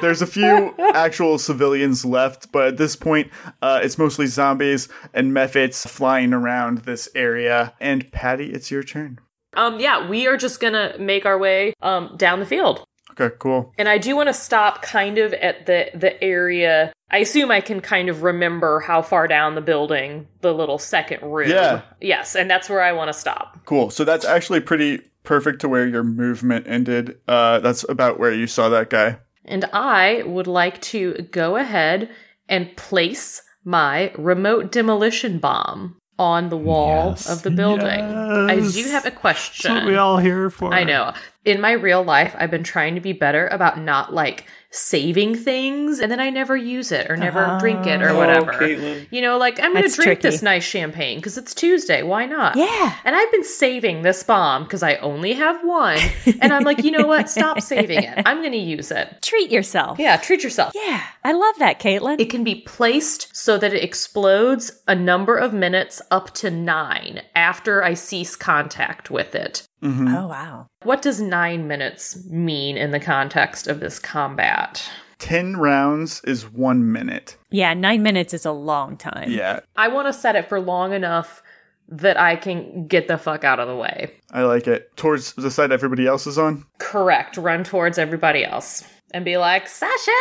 Speaker 5: There's a few actual civilians left, but at this point, uh, it's mostly zombies and mephits flying around this area. And Patty, it's your turn.
Speaker 3: um, yeah, we are just gonna make our way um down the field.
Speaker 5: Okay, cool.
Speaker 3: And I do want to stop kind of at the the area. I assume I can kind of remember how far down the building the little second room.
Speaker 5: Yeah.
Speaker 3: Yes, and that's where I want to stop.
Speaker 5: Cool. So that's actually pretty perfect to where your movement ended. Uh, that's about where you saw that guy.
Speaker 3: And I would like to go ahead and place my remote demolition bomb on the wall
Speaker 4: Yes.
Speaker 3: of the building. I do
Speaker 4: Yes.
Speaker 3: have a question.
Speaker 4: That's what we all here for.
Speaker 3: I know. In my real life, I've been trying to be better about not like saving things and then I never use it or never
Speaker 4: Ah,
Speaker 3: drink it or whatever.
Speaker 4: oh,
Speaker 6: Caitlin.
Speaker 3: You know, like I'm going to
Speaker 1: That's
Speaker 3: drink
Speaker 1: tricky.
Speaker 3: this nice champagne because it's Tuesday. Why not?
Speaker 1: Yeah.
Speaker 3: And I've been saving this bomb because I only have one. And I'm like, you know what? Stop saving it. I'm going to use it.
Speaker 1: Treat yourself.
Speaker 3: Yeah, treat yourself.
Speaker 1: Yeah. I love that, Caitlin.
Speaker 3: It can be placed so that it explodes a number of minutes up to nine after I cease contact with it.
Speaker 1: oh, wow.
Speaker 3: What does nine minutes mean in the context of this combat?
Speaker 5: 10 rounds is one minute.
Speaker 1: Yeah, nine minutes is a long time.
Speaker 5: Yeah,
Speaker 3: I want to set it for long enough that I can get the fuck out of the way.
Speaker 5: I like it. Towards the side everybody else is on.
Speaker 3: Correct. Run towards everybody else and be like, Sasha,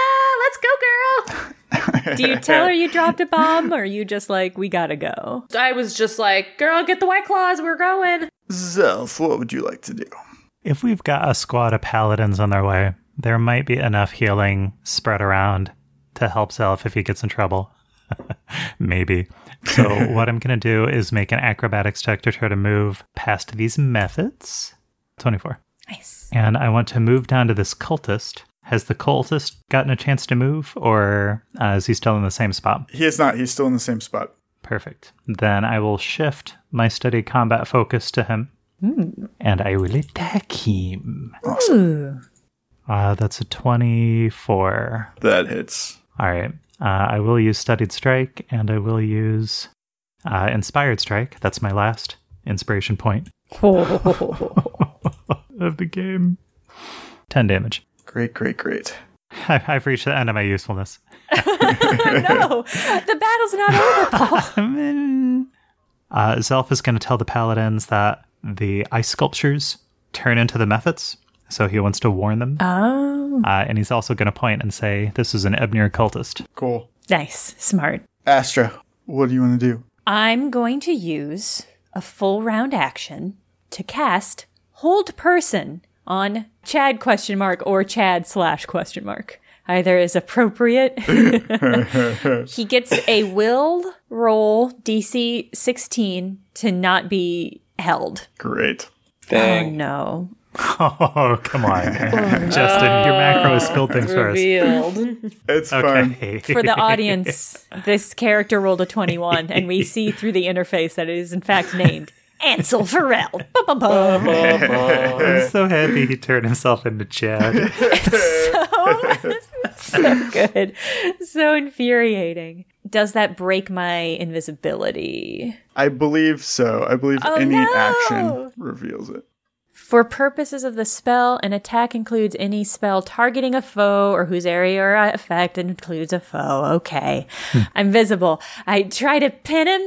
Speaker 3: let's go, girl.
Speaker 1: Do you tell her you dropped a bomb or are you just like, we gotta go?
Speaker 3: I was just like, girl, get the white claws. We're going.
Speaker 5: Zelf, what would you like to do?
Speaker 4: If we've got a squad of paladins on their way, there might be enough healing spread around to help Zelf if he gets in trouble. Maybe. So, what I'm going to do is make an acrobatics check to try to move past these methods. 24.
Speaker 1: Nice.
Speaker 4: And I want to move down to this cultist. Has the cultist gotten a chance to move, or uh, is he still in the same spot?
Speaker 5: He is not. He's still in the same spot.
Speaker 4: Perfect. Then I will shift my steady combat focus to him, and I will attack him.
Speaker 1: Ooh.
Speaker 4: Uh, that's a 24.
Speaker 5: That hits.
Speaker 4: All right. Uh, I will use Studied Strike, and I will use uh, Inspired Strike. That's my last inspiration point of the game. 10 damage.
Speaker 5: Great, great, great.
Speaker 4: I- I've reached the end of my usefulness.
Speaker 1: no, the battle's not over.
Speaker 4: uh, Zelf is going to tell the paladins that the ice sculptures turn into the methods, so he wants to warn them.
Speaker 1: Oh,
Speaker 4: Uh, and he's also going to point and say, This is an Ebnir cultist.
Speaker 5: Cool.
Speaker 1: nice, smart.
Speaker 5: Astra, what do you want to do?
Speaker 1: I'm going to use a full round action to cast Hold Person on Chad question mark or Chad slash question mark. Either is appropriate. he gets a will roll DC 16 to not be held.
Speaker 5: Great.
Speaker 1: Oh
Speaker 6: Dang.
Speaker 1: no.
Speaker 4: Oh, come on. Justin, your macro has spilled things for us.
Speaker 5: It's fine.
Speaker 4: Okay.
Speaker 1: For the audience, this character rolled a 21, and we see through the interface that it is in fact named Ansel Pharrell. Bum, bum, bum.
Speaker 4: I'm so happy he turned himself into Chad.
Speaker 1: Oh, so good. So infuriating. Does that break my invisibility?
Speaker 5: I believe so. I believe
Speaker 1: Oh,
Speaker 5: any
Speaker 1: no.
Speaker 5: action reveals it.
Speaker 1: For purposes of the spell, an attack includes any spell targeting a foe or whose area or effect includes a foe. Okay. I'm visible. I try to pin him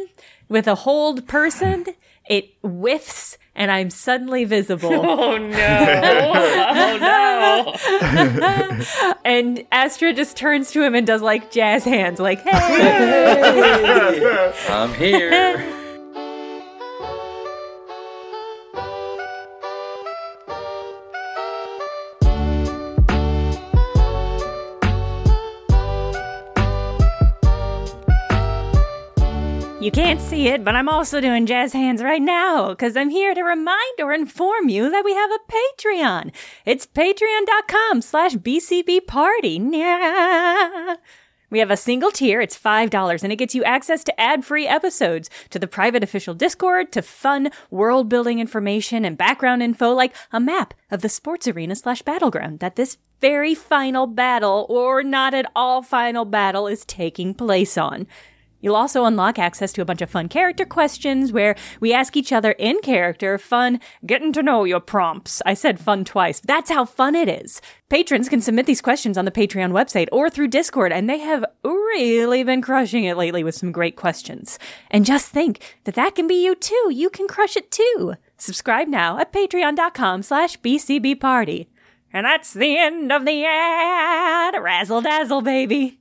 Speaker 1: with a hold person. It whiffs and I'm suddenly visible.
Speaker 3: Oh no! Oh
Speaker 1: and Astra just turns to him and does like jazz hands, like, hey.
Speaker 6: I'm here.
Speaker 1: You can't see it, but I'm also doing jazz hands right now because I'm here to remind or inform you that we have a Patreon. It's patreon.com slash BCB party. Nyah. We have a single tier, it's $5, and it gets you access to ad free episodes, to the private official Discord, to fun world building information and background info like a map of the sports arena slash battleground that this very final battle, or not at all final battle, is taking place on. You'll also unlock access to a bunch of fun character questions where we ask each other in character fun getting to know your prompts. I said fun twice. That's how fun it is. Patrons can submit these questions on the Patreon website or through Discord, and they have really been crushing it lately with some great questions. And just think that that can be you too. You can crush it too. Subscribe now at patreon.com slash bcbparty. And that's the end of the ad. Razzle dazzle, baby.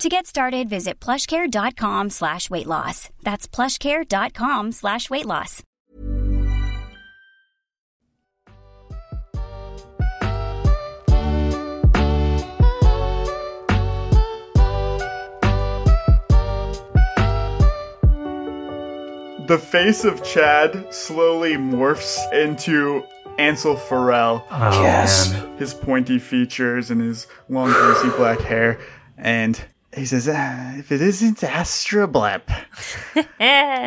Speaker 8: To get started, visit plushcare.com slash weight loss. That's plushcare.com slash weight loss.
Speaker 5: The face of Chad slowly morphs into Ansel Pharrell.
Speaker 4: Oh, yes.
Speaker 5: His pointy features and his long, greasy black hair. And he says, ah, if it isn't Astra Blep.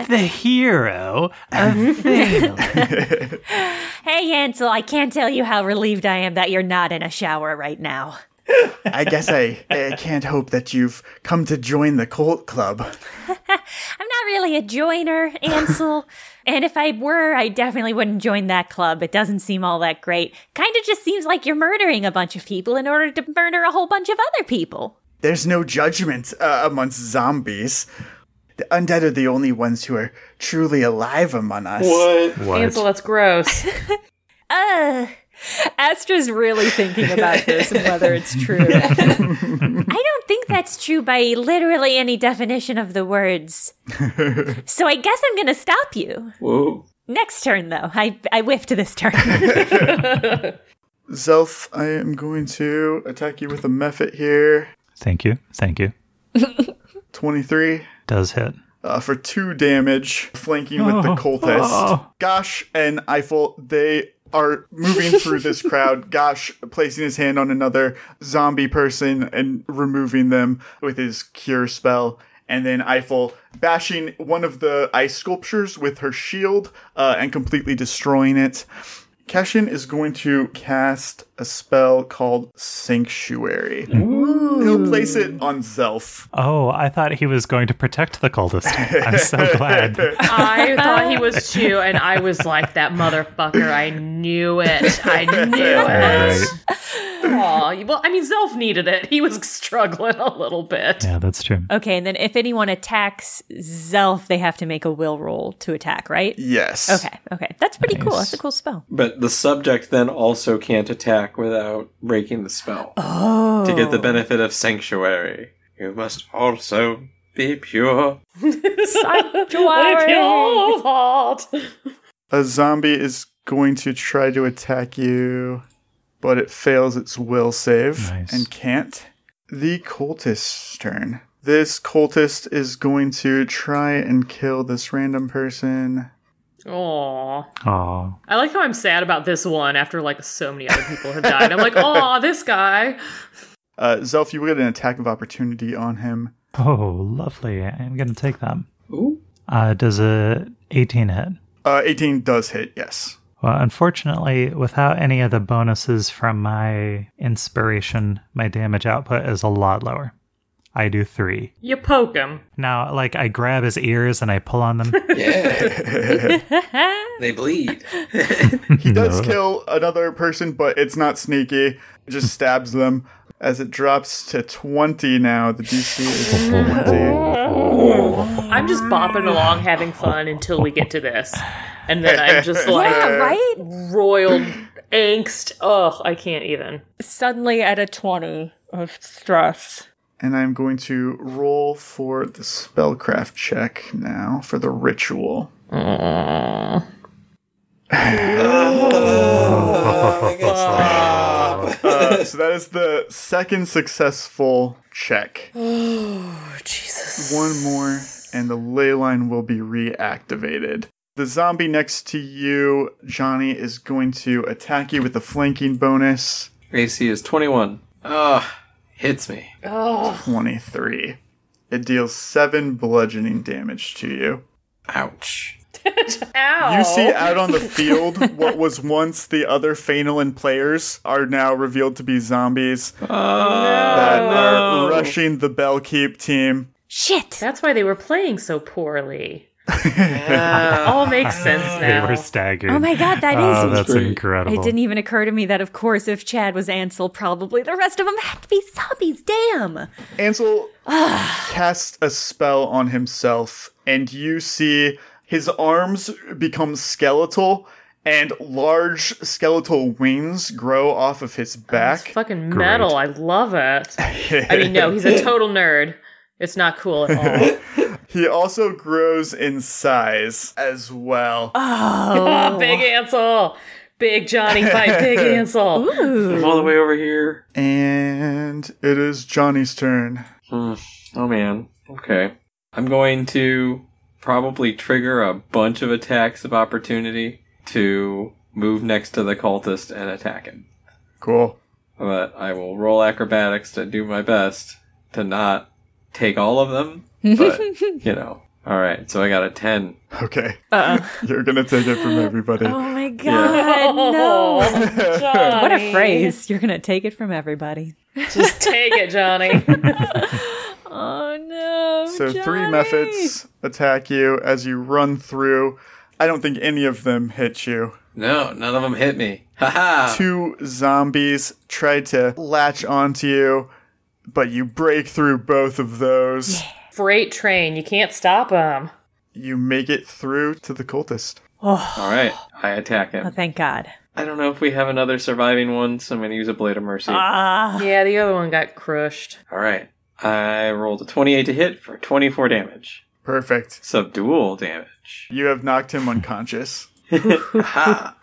Speaker 4: The hero of Fable.
Speaker 1: Hey, Ansel, I can't tell you how relieved I am that you're not in a shower right now.
Speaker 5: I guess I, I can't hope that you've come to join the cult club.
Speaker 1: I'm not really a joiner, Ansel. and if I were, I definitely wouldn't join that club. It doesn't seem all that great. Kind of just seems like you're murdering a bunch of people in order to murder a whole bunch of other people.
Speaker 9: There's no judgment uh, amongst zombies. The undead are the only ones who are truly alive among us.
Speaker 3: Ansel, that's gross.
Speaker 1: Uh, Astra's really thinking about this and whether it's true. I don't think that's true by literally any definition of the words. So I guess I'm going to stop you.
Speaker 6: Whoa.
Speaker 1: Next turn, though. I, I whiffed this turn.
Speaker 5: Zelf, I am going to attack you with a mephit here.
Speaker 4: Thank you. Thank you.
Speaker 5: 23
Speaker 4: Does hit.
Speaker 5: uh, for two damage, flanking with the
Speaker 4: Oh.
Speaker 5: cultist.
Speaker 4: Oh.
Speaker 5: Gosh and Eiffel, they are moving through this crowd. Gosh, placing his hand on another zombie person and removing them with his cure spell. And then Eiffel bashing one of the ice sculptures with her shield uh, and completely destroying it. Keshin is going to cast a spell called Sanctuary. He'll place it on Zelf.
Speaker 4: Oh, I thought he was going to protect the cultist. I'm so glad.
Speaker 3: I thought he was too, and I was like, that motherfucker, I knew it. I knew it. Aw, well, I mean, Zelf needed it. He was struggling a little bit.
Speaker 4: Yeah, that's true.
Speaker 1: okay, and then if anyone attacks Zelf, they have to make a will roll to attack, right?
Speaker 6: Yes.
Speaker 1: Okay, okay. That's pretty cool. That's a cool spell.
Speaker 6: But the subject then also can't attack without breaking the spell.
Speaker 1: Oh.
Speaker 6: To get the benefit of sanctuary, you must also be pure.
Speaker 3: Sanctuary.
Speaker 5: A zombie is going to try to attack you, but it fails its will save and can't. The cultist's turn. This cultist is going to try and kill this random person.
Speaker 3: Aw.
Speaker 4: Oh.
Speaker 3: I like how I'm sad about this one after like so many other people have died. I'm like, oh, this guy.
Speaker 5: Uh, Zelf, you will get an attack of opportunity on him.
Speaker 4: Oh, lovely. I'm going to take that.
Speaker 6: Ooh.
Speaker 4: Uh, does a 18 hit?
Speaker 5: Uh, 18 does hit, yes.
Speaker 4: Well, unfortunately, without any of the bonuses from my inspiration, my damage output is a lot lower. I do three.
Speaker 3: You poke him.
Speaker 4: Now, like, I grab his ears and I pull on them.
Speaker 6: They bleed.
Speaker 5: He does
Speaker 4: No.
Speaker 5: kill another person, but it's not sneaky. It just stabs them. As it drops to 20 now, the DC is 20.
Speaker 3: I'm just bopping along, having fun until we get to this, and then I'm just like,
Speaker 1: Yeah, right?
Speaker 3: roiled angst. Ugh, I can't even.
Speaker 1: Suddenly at a 20 of stress.
Speaker 5: And I'm going to roll for the spellcraft check now for the ritual. Uh, so that is the second successful check.
Speaker 3: Oh, Jesus.
Speaker 5: One more, and the ley line will be reactivated. The zombie next to you, Johnny, is going to attack you with the flanking bonus
Speaker 6: AC is 21. Ah, hits me.
Speaker 5: 23. It deals seven bludgeoning damage to you.
Speaker 6: Ouch.
Speaker 3: Ow.
Speaker 5: You see out on the field what was once the other Fanolan players are now revealed to be zombies that are rushing the Bellkeep team.
Speaker 1: Shit.
Speaker 3: That's why they were playing so poorly. It all makes sense
Speaker 4: They
Speaker 3: now.
Speaker 4: were staggered.
Speaker 1: Oh my god, that is
Speaker 4: Oh, that's incredible.
Speaker 1: It didn't even occur to me that, of course, if Chad was Ansel, probably the rest of them had to be zombies. Damn.
Speaker 5: Ansel casts a spell on himself, and you see his arms become skeletal, and large skeletal wings grow off of his back.
Speaker 3: Fucking metal. I love it. I mean, no, he's a total nerd. It's not cool at all.
Speaker 5: He also grows in size as well.
Speaker 3: Oh, big Ansel. Big Johnny fight Big Ansel.
Speaker 6: I'm all the way over here.
Speaker 5: And it is Johnny's turn.
Speaker 6: Hmm. Oh man. Okay. I'm going to probably trigger a bunch of attacks of opportunity to move next to the cultist and attack him.
Speaker 5: Cool.
Speaker 6: But I will roll acrobatics to do my best to not take all of them. But you know. Alright, so I got a ten.
Speaker 5: Okay.
Speaker 1: Uh-oh.
Speaker 5: You're going to take it from everybody.
Speaker 1: Oh my god,
Speaker 3: Oh,
Speaker 1: no. what a
Speaker 3: Johnny.
Speaker 1: phrase. You're going to take it from everybody.
Speaker 3: Just take it, Johnny.
Speaker 1: Oh no.
Speaker 5: So three methods attack you as you run through. I don't think any of them hit you.
Speaker 6: No, none of them hit me. Haha.
Speaker 5: Two zombies tried to latch onto you, but you break through both of those.
Speaker 3: Freight train, you can't stop them.
Speaker 5: You make it through to the cultist.
Speaker 1: Oh,
Speaker 6: All right, I attack him.
Speaker 1: thank God.
Speaker 6: I don't know if we have another surviving one, so I'm going to use a blade of mercy.
Speaker 1: Ah.
Speaker 3: Yeah, the other one got crushed.
Speaker 6: All right, I rolled a 28 to hit for 24 damage.
Speaker 5: Perfect.
Speaker 6: Subdual damage.
Speaker 5: You have knocked him unconscious.
Speaker 6: Ha.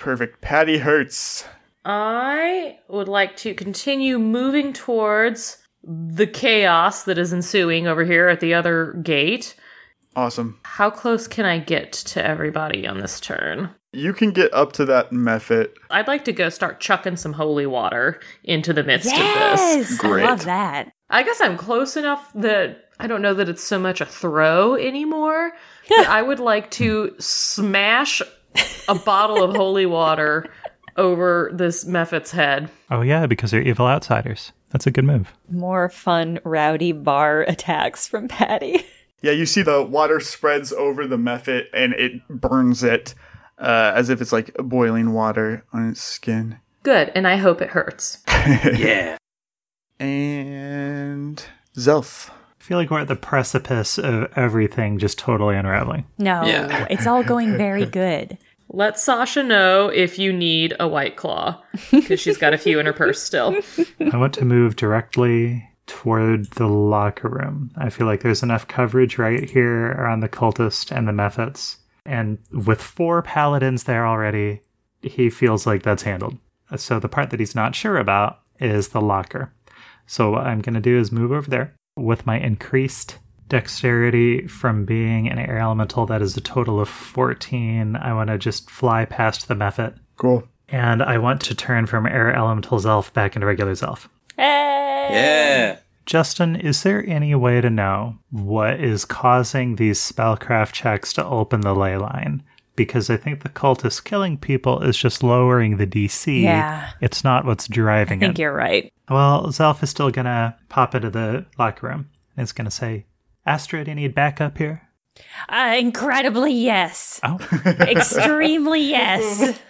Speaker 5: Perfect. Patty hurts.
Speaker 3: I would like to continue moving towards the chaos that is ensuing over here at the other gate.
Speaker 5: Awesome.
Speaker 3: How close can I get to everybody on this turn?
Speaker 5: You can get up to that method.
Speaker 3: I'd like to go start chucking some holy water into the midst of
Speaker 1: Yes,
Speaker 3: this.
Speaker 5: Great.
Speaker 1: I love that.
Speaker 3: I guess I'm close enough that I don't know that it's so much a throw anymore. but I would like to smash a bottle of holy water over this Mephit's head.
Speaker 1: e-
Speaker 4: Oh, yeah, because they're evil outsiders. That's a good move.
Speaker 1: More fun, rowdy bar attacks from Patty.
Speaker 5: Yeah, you see the water spreads over the method and it burns it uh, as if it's like boiling water on its skin.
Speaker 3: Good, and I hope it hurts.
Speaker 6: yeah.
Speaker 5: And Zelf.
Speaker 4: I feel like we're at the precipice of everything just totally unraveling.
Speaker 1: No,
Speaker 4: Yeah.
Speaker 1: it's all going very good.
Speaker 3: Let Sasha know if you need a white claw because she's got a few in her purse still.
Speaker 4: I want to move directly toward the locker room. I feel like there's enough coverage right here around the cultist and the methods. And with four paladins there already, he feels like that's handled. So the part that he's not sure about is the locker. So what I'm going to do is move over there with my increased dexterity from being an air elemental that is a total of 14. I want to just fly past the method.
Speaker 5: Cool.
Speaker 4: And I want to turn from air elemental zelf back into regular zelf.
Speaker 6: Yeah.
Speaker 4: Justin, is there any way to know what is causing these spellcraft checks to open the ley line? Because I think the cultist killing people is just lowering the DC.
Speaker 1: Yeah.
Speaker 4: It's not what's
Speaker 1: I
Speaker 4: driving
Speaker 1: think
Speaker 4: it.
Speaker 1: you're right.
Speaker 4: Well, Zelf is still going to pop into the locker room and it's going to say, Astra, do you need backup here?
Speaker 1: Uh, incredibly, yes.
Speaker 4: Oh.
Speaker 1: Extremely, yes.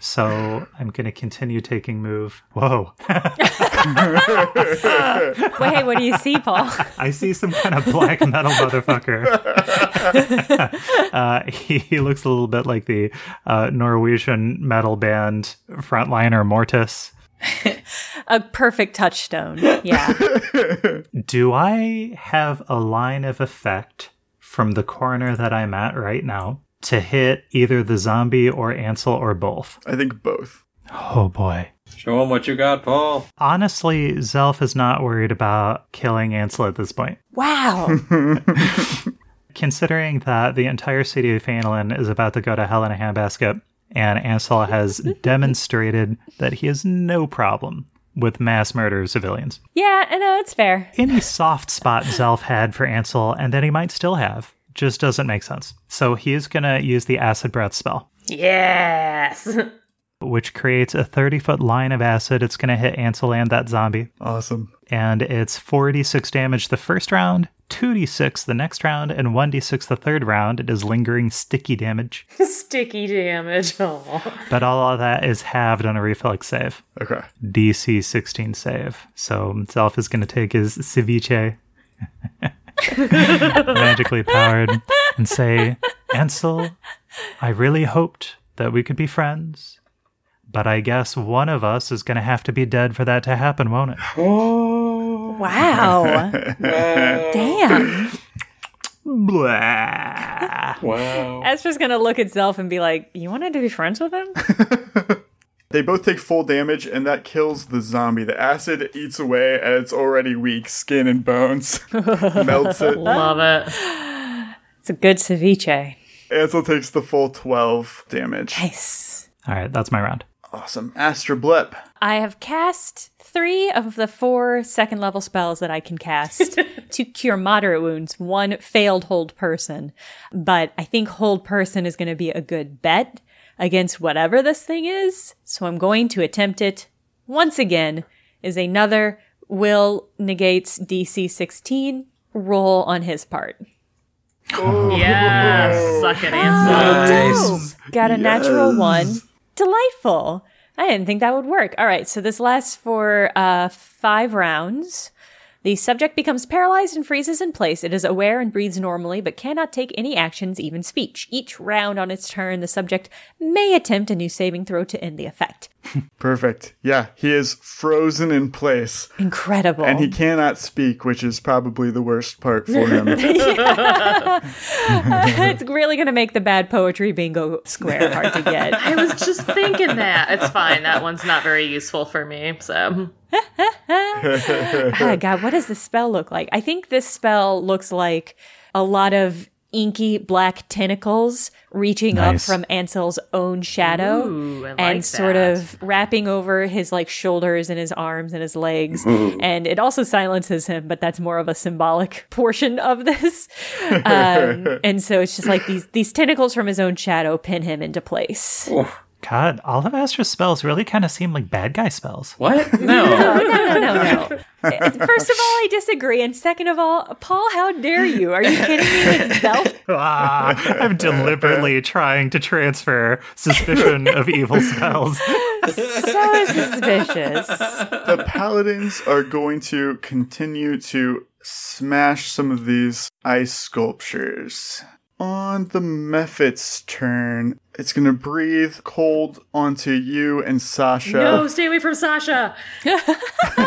Speaker 4: So I'm going to continue taking move. Whoa.
Speaker 1: Wait, what do you see, Paul?
Speaker 4: I see some kind of black metal motherfucker. uh, he, he looks a little bit like the uh, Norwegian metal band frontliner Mortis.
Speaker 1: A perfect touchstone. Yeah.
Speaker 4: Do I have a line of effect from the corner that I'm at right now to hit either the zombie or Ansel or both?
Speaker 5: I think both.
Speaker 4: Oh boy.
Speaker 6: Show him what you got, Paul.
Speaker 4: Honestly, Zelf is not worried about killing Ansel at this point.
Speaker 1: Wow.
Speaker 4: Considering that the entire city of Phanolin is about to go to hell in a handbasket, and Ansel has demonstrated that he has no problem with mass murder of civilians.
Speaker 1: Yeah, I know, it's fair.
Speaker 4: Any soft spot Zelf had for Ansel, and that he might still have, just doesn't make sense. So he is going to use the acid breath spell,
Speaker 3: Yes.
Speaker 4: which creates a 30 foot line of acid. It's going to hit Ansel and that zombie.
Speaker 5: Awesome.
Speaker 4: And it's 4d6 damage the first round, 2d6 the next round, and 1d6 the third round. It is lingering sticky damage.
Speaker 3: Sticky damage. Aw.
Speaker 4: But all of that is halved on a reflex save.
Speaker 5: Okay.
Speaker 4: DC 16 save. So Zelf is going to take his ceviche, magically powered, and say, Ansel, I really hoped that we could be friends, but I guess one of us is going to have to be dead for that to happen, won't it?
Speaker 1: Wow. Damn.
Speaker 6: Wow.
Speaker 1: Esther's going to look at Zelf and be like, You wanted to be friends with him?
Speaker 5: They both take full damage, and that kills the zombie. The acid eats away at its already weak skin and bones, melts it.
Speaker 3: Love it.
Speaker 1: It's a good ceviche.
Speaker 5: Ansel takes the full 12 damage.
Speaker 1: Nice.
Speaker 4: All right, that's my round.
Speaker 5: Awesome. Astra Blep.
Speaker 1: I have cast three of the four second level spells that I can cast to cure moderate wounds. One failed hold person, but I think hold person is going to be a good bet against whatever this thing is. So I'm going to attempt it once again. Is another Will negates DC 16. Roll on his part.
Speaker 3: Yes, suck it,
Speaker 1: Oh,
Speaker 3: Anson.
Speaker 1: dope. Got a natural one. Delightful. I didn't think that would work. All right, so this lasts for uh, five rounds. The subject becomes paralyzed and freezes in place. It is aware and breathes normally, but cannot take any actions, even speech. Each round on its turn, the subject may attempt a new saving throw to end the effect.
Speaker 5: Perfect. Yeah, he is frozen in place.
Speaker 1: Incredible.
Speaker 5: And he cannot speak, which is probably the worst part for him.
Speaker 1: it's really going to make the bad poetry bingo square hard to get.
Speaker 3: I was just thinking that. It's fine. That one's not very useful for me. So
Speaker 1: oh god what does this spell look like i think this spell looks like a lot of inky black tentacles reaching up
Speaker 10: Nice.
Speaker 1: from ansel's own shadow
Speaker 10: Ooh, I like
Speaker 1: and sort
Speaker 10: that.
Speaker 1: of wrapping over his like shoulders and his arms and his legs
Speaker 10: Ooh.
Speaker 1: and it also silences him but that's more of a symbolic portion of this um, and so it's just like these these tentacles from his own shadow pin him into place
Speaker 4: God, all of Astra's spells really kind of seem like bad guy spells.
Speaker 6: What?
Speaker 1: No, no, no, no. First of all, I disagree, and second of all, Paul, how dare you? Are you kidding me? It's self.
Speaker 4: Ah, I'm deliberately trying to transfer suspicion of evil spells.
Speaker 1: So suspicious.
Speaker 5: the paladins are going to continue to smash some of these ice sculptures. On the Mephit's turn, it's going to breathe cold onto you and Sasha.
Speaker 3: no, stay away from Sasha.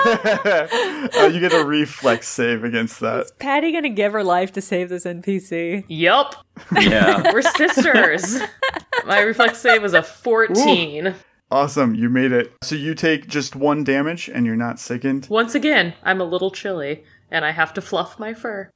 Speaker 5: Uh, you get a reflex save against that.
Speaker 1: Patty gonna give her life to save this NPC.
Speaker 3: Yup. We're sisters. My reflex save was a 14.
Speaker 5: Awesome, you made it. So you take just one damage and you're not sickened.
Speaker 3: Once again, I'm a little chilly and I have to fluff my fur.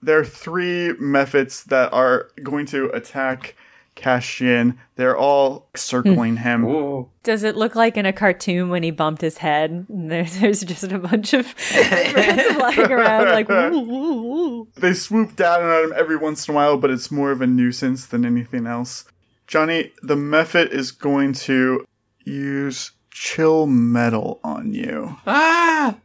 Speaker 5: There are three methods that are going to attack Cassian. They're all circling him.
Speaker 1: Does it look like in a cartoon when he bumped his head? And there, there's just a bunch of friends flying around, like, woo, woo, woo.
Speaker 5: They swoop down on him every once in a while, but it's more of a nuisance than anything else. Johnny, the method is going to use chill metal on you.
Speaker 1: Ah!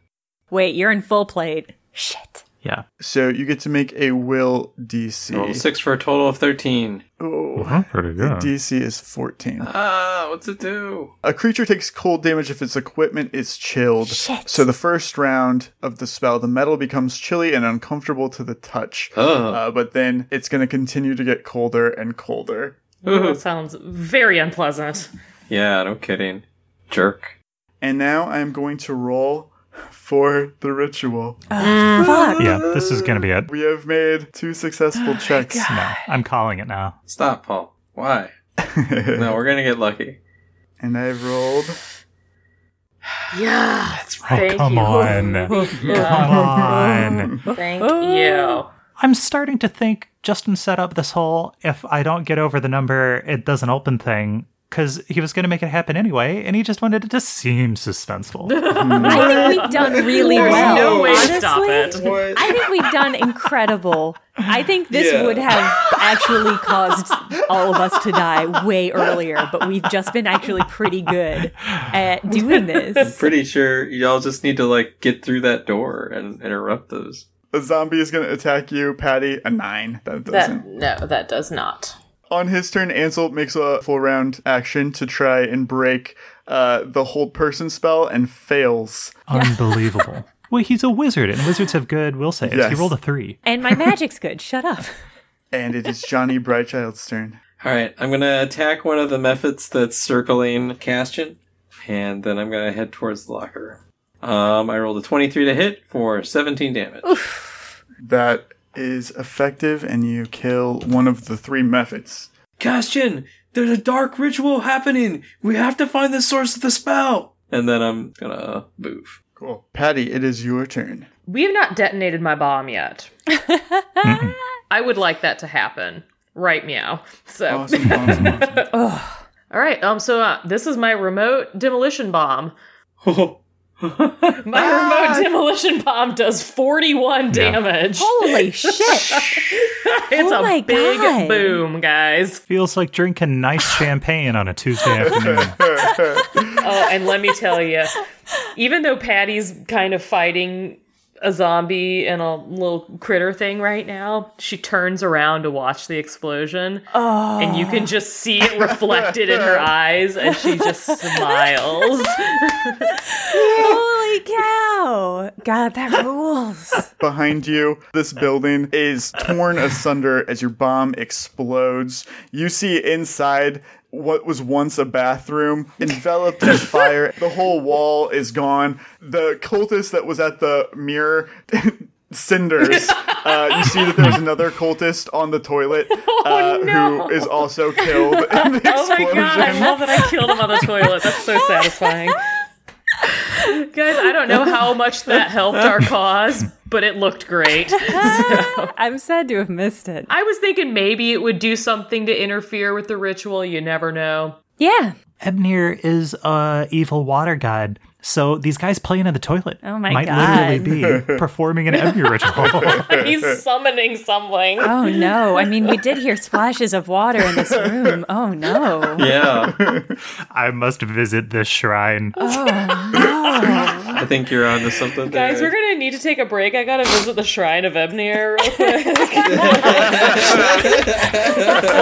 Speaker 1: Wait, you're in full plate. Shit.
Speaker 4: Yeah.
Speaker 5: So you get to make a will DC.
Speaker 6: Rolled six for a total of 13.
Speaker 5: Oh,
Speaker 6: pretty
Speaker 5: The DC is 14.
Speaker 6: Ah, what's it do?
Speaker 5: A creature takes cold damage if its equipment is chilled.
Speaker 6: Shit.
Speaker 5: So the first round of the spell, the metal becomes chilly and uncomfortable to the touch.
Speaker 6: Ugh.
Speaker 5: Uh, but then it's going to continue to get colder and colder.
Speaker 3: Ooh, that sounds very unpleasant.
Speaker 6: Yeah, no kidding. Jerk.
Speaker 5: And now I'm going to roll for the ritual.
Speaker 4: fuck. Yeah, this is gonna be it.
Speaker 5: We have made two successful checks.
Speaker 4: No, I'm calling it now.
Speaker 6: Stop, Paul. Why? no, we're gonna get lucky.
Speaker 5: And I've rolled.
Speaker 3: Yeah. That's
Speaker 4: Oh, come on. come on.
Speaker 3: Thank
Speaker 4: Oh.
Speaker 3: you.
Speaker 4: I'm starting to think Justin set up this whole if I don't get over the number, it doesn't open thing because he was going to make it happen anyway, and he just wanted it to seem suspenseful.
Speaker 1: I think we've done really
Speaker 3: There's
Speaker 1: well.
Speaker 3: no way
Speaker 1: honestly,
Speaker 3: to stop it. What?
Speaker 1: I think we've done incredible. I think this
Speaker 3: Yeah.
Speaker 1: would have actually caused all of us to die way earlier, but we've just been actually pretty good at doing
Speaker 6: I'm
Speaker 1: this.
Speaker 6: pretty sure y'all just need to like get through that door and interrupt those.
Speaker 5: A zombie is going to attack you, Patty. A nine. That doesn't.
Speaker 3: That, no, that does not.
Speaker 5: On his turn, Ansel makes a full round action to try and break uh, the hold person spell and fails.
Speaker 4: Unbelievable. well, he's a wizard, and wizards have good will saves. He
Speaker 5: Yes.
Speaker 4: rolled a three.
Speaker 1: And my magic's good. Shut up.
Speaker 5: And it is Johnny Brightchild's turn.
Speaker 6: All right, I'm gonna attack one of the methods that's circling Castion, and then I'm gonna head towards the locker room. Um, I rolled a 23 to hit for 17 damage.
Speaker 5: That is effective, and you kill one of the three methods.
Speaker 6: Castion, there's a dark ritual happening. We have to find the source of the spell. And then I'm gonna move.
Speaker 5: Cool. Patty, it is your turn.
Speaker 3: We have not detonated my bomb yet. I would like that to happen right meow. So.
Speaker 5: Awesome, awesome, awesome.
Speaker 3: All right. Um. So uh, this is my remote demolition bomb. My remote demolition bomb does 41
Speaker 4: Yeah.
Speaker 3: damage.
Speaker 1: Holy shit.
Speaker 3: it's
Speaker 1: Oh
Speaker 3: a
Speaker 1: my
Speaker 3: big
Speaker 1: God.
Speaker 3: boom, guys.
Speaker 4: Feels like drinking nice champagne on a Tuesday afternoon.
Speaker 3: oh, and let me tell you, even though Patty's kind of fighting a zombie and a little critter thing right now, she turns around to watch the explosion.
Speaker 1: Oh.
Speaker 3: And you can just see it reflected in her eyes, and she just smiles.
Speaker 1: Holy cow. God, that rules.
Speaker 5: Behind you, this building is torn asunder as your bomb explodes. You see inside what was once a bathroom enveloped in fire. The whole wall is gone. The cultist that was at the mirror. Cinders. Uh, you see that there's another cultist on the toilet uh, who is also killed in the
Speaker 3: Oh my god, I love that I killed him on the toilet. That's so satisfying. Guys, I don't know how much that helped our cause, but it looked great.
Speaker 1: I'm sad to have missed it.
Speaker 3: I was thinking maybe it would do something to interfere with the ritual. You never know.
Speaker 1: Yeah.
Speaker 4: Ebnir is a evil water god, so these guys playing in the toilet
Speaker 3: Oh my
Speaker 4: might
Speaker 3: God.
Speaker 4: literally be performing an Ebnir ritual.
Speaker 3: He's summoning something.
Speaker 1: Oh no. I mean, we did hear splashes of water in this room. Oh no.
Speaker 6: Yeah.
Speaker 4: I must visit this shrine.
Speaker 1: Oh.
Speaker 6: I think you're onto something.
Speaker 3: Guys, we're gonna need to take a break. I gotta visit the shrine of Ebnir real quick.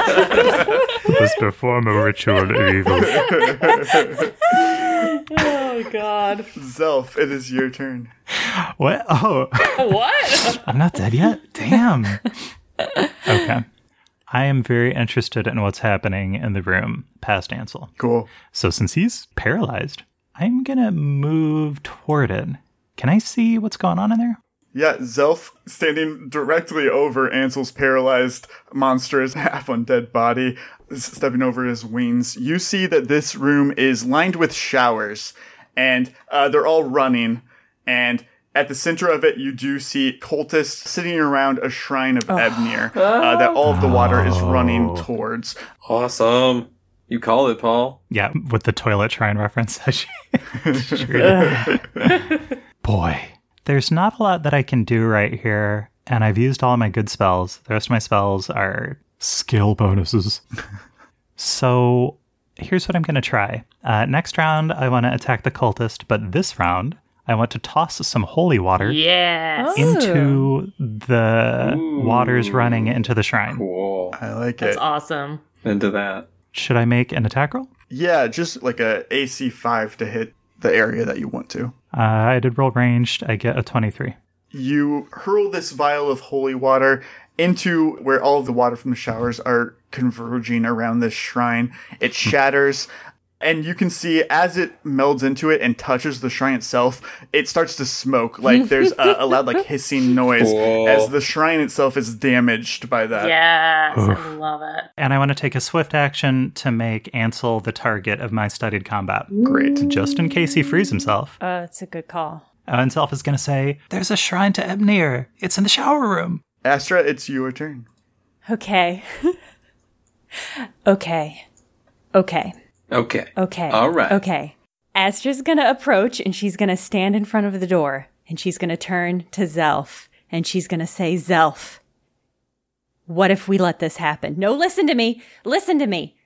Speaker 7: Let's perform a ritual of evil.
Speaker 3: oh god.
Speaker 5: Zelf, it is your turn.
Speaker 4: What? Oh,
Speaker 3: What?
Speaker 4: I'm not dead yet? Damn. Okay. I am very interested in what's happening in the room past Ansel.
Speaker 5: Cool.
Speaker 4: So since he's paralyzed, I'm going to move toward it. Can I see what's going on in there?
Speaker 5: Yeah, Zelf standing directly over Ansel's paralyzed, monstrous, half undead body, s- stepping over his wings. You see that this room is lined with showers, and uh, they're all running. And at the center of it, you do see cultists sitting around a shrine of Ebnir uh, that all of the water is running towards.
Speaker 6: Awesome. You call it, Paul.
Speaker 4: Yeah, with the toilet shrine reference. I sure did. Boy, there's not a lot that I can do right here, and I've used all my good spells. The rest of my spells are skill bonuses. so here's what I'm going to try. Uh, next round, I want to attack the cultist, but this round, I want to toss some holy water
Speaker 3: Yes.
Speaker 4: into the waters running into the shrine.
Speaker 6: Cool.
Speaker 5: I like
Speaker 3: That's
Speaker 5: it.
Speaker 3: awesome.
Speaker 6: Into that.
Speaker 4: Should I make an attack roll?
Speaker 5: Yeah, just like a AC five to hit the area that you want to.
Speaker 4: Uh, I did roll ranged. I get a 23.
Speaker 5: you hurl this vial of holy water into where all of the water from the showers are converging around this shrine. It shatters, and you can see as it melds into it and touches the shrine itself, it starts to smoke. Like there's a, a loud, like hissing noise
Speaker 6: Cool.
Speaker 5: as the shrine itself is damaged by that.
Speaker 3: Yes, I
Speaker 4: Ugh.
Speaker 3: love it.
Speaker 4: And I want to take a swift action to make Ansel the target of my studied combat.
Speaker 5: Great.
Speaker 4: Just in case he frees himself.
Speaker 1: Uh, it's a good call.
Speaker 4: Uh, Anself is going to say, There's a shrine to Ebnir. It's in the shower room.
Speaker 5: Astra, it's your turn.
Speaker 1: Okay. okay. Okay.
Speaker 6: Okay.
Speaker 1: Okay.
Speaker 6: All right.
Speaker 1: Okay. Astra's gonna approach and she's gonna stand in front of the door and she's gonna turn to Zelf and she's gonna say, Zelf, what if we let this happen? No, listen to me. Listen to me.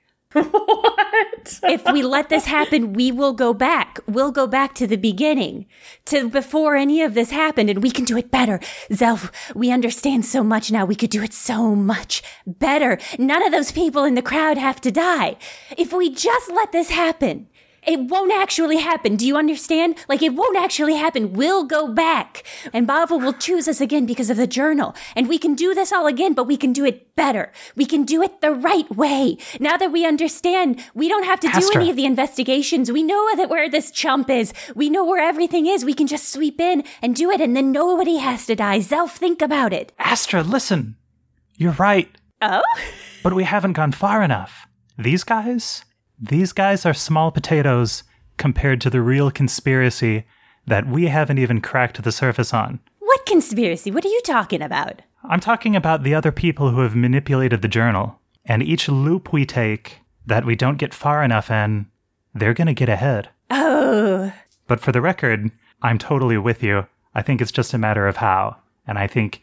Speaker 1: what? if we let this happen, we will go back. We'll go back to the beginning, to before any of this happened, and we can do it better. Zelf, we understand so much now. We could do it so much better. None of those people in the crowd have to die. If we just let this happen, it won't actually happen. Do you understand? Like, it won't actually happen. We'll go back. And Bava will choose us again because of the journal. And we can do this all again, but we can do it better. We can do it the right way. Now that we understand, we don't have to do
Speaker 4: Astra.
Speaker 1: any of the investigations. We know that where this chump is. We know where everything is. We can just sweep in and do it, and then nobody has to die. Zelf, think about it.
Speaker 4: Astra, listen. You're right,
Speaker 1: Oh?
Speaker 4: but we haven't gone far enough. These guys? These guys are small potatoes compared to the real conspiracy that we haven't even cracked the surface on.
Speaker 1: What conspiracy? What are you talking about?
Speaker 4: I'm talking about the other people who have manipulated the journal. And each loop we take that we don't get far enough in, they're going to get ahead.
Speaker 1: Oh,
Speaker 4: But for the record, I'm totally with you. I think it's just a matter of how. And I think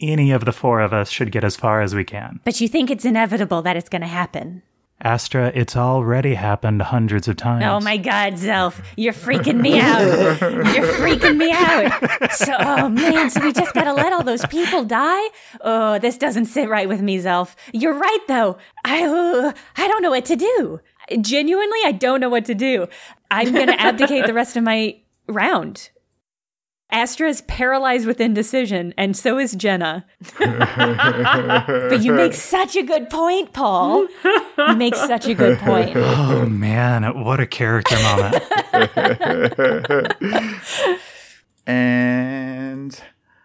Speaker 4: any of the four of us should get as far as we can.
Speaker 1: But you think it's inevitable that it's going to happen.
Speaker 4: Astra, it's already happened hundreds of times.
Speaker 1: Oh my God, Zelf, you're freaking me out. You're freaking me out. So, oh man, so we just gotta let all those people die? Oh, this doesn't sit right with me, Zelf. You're right though. I, uh, I don't know what to do. Genuinely, I don't know what to do. I'm gonna abdicate the rest of my round. Astra is paralyzed with indecision, and so is Jenna. but you make such a good point, Paul. You make such a good point.
Speaker 4: Oh man, what a character moment.
Speaker 5: and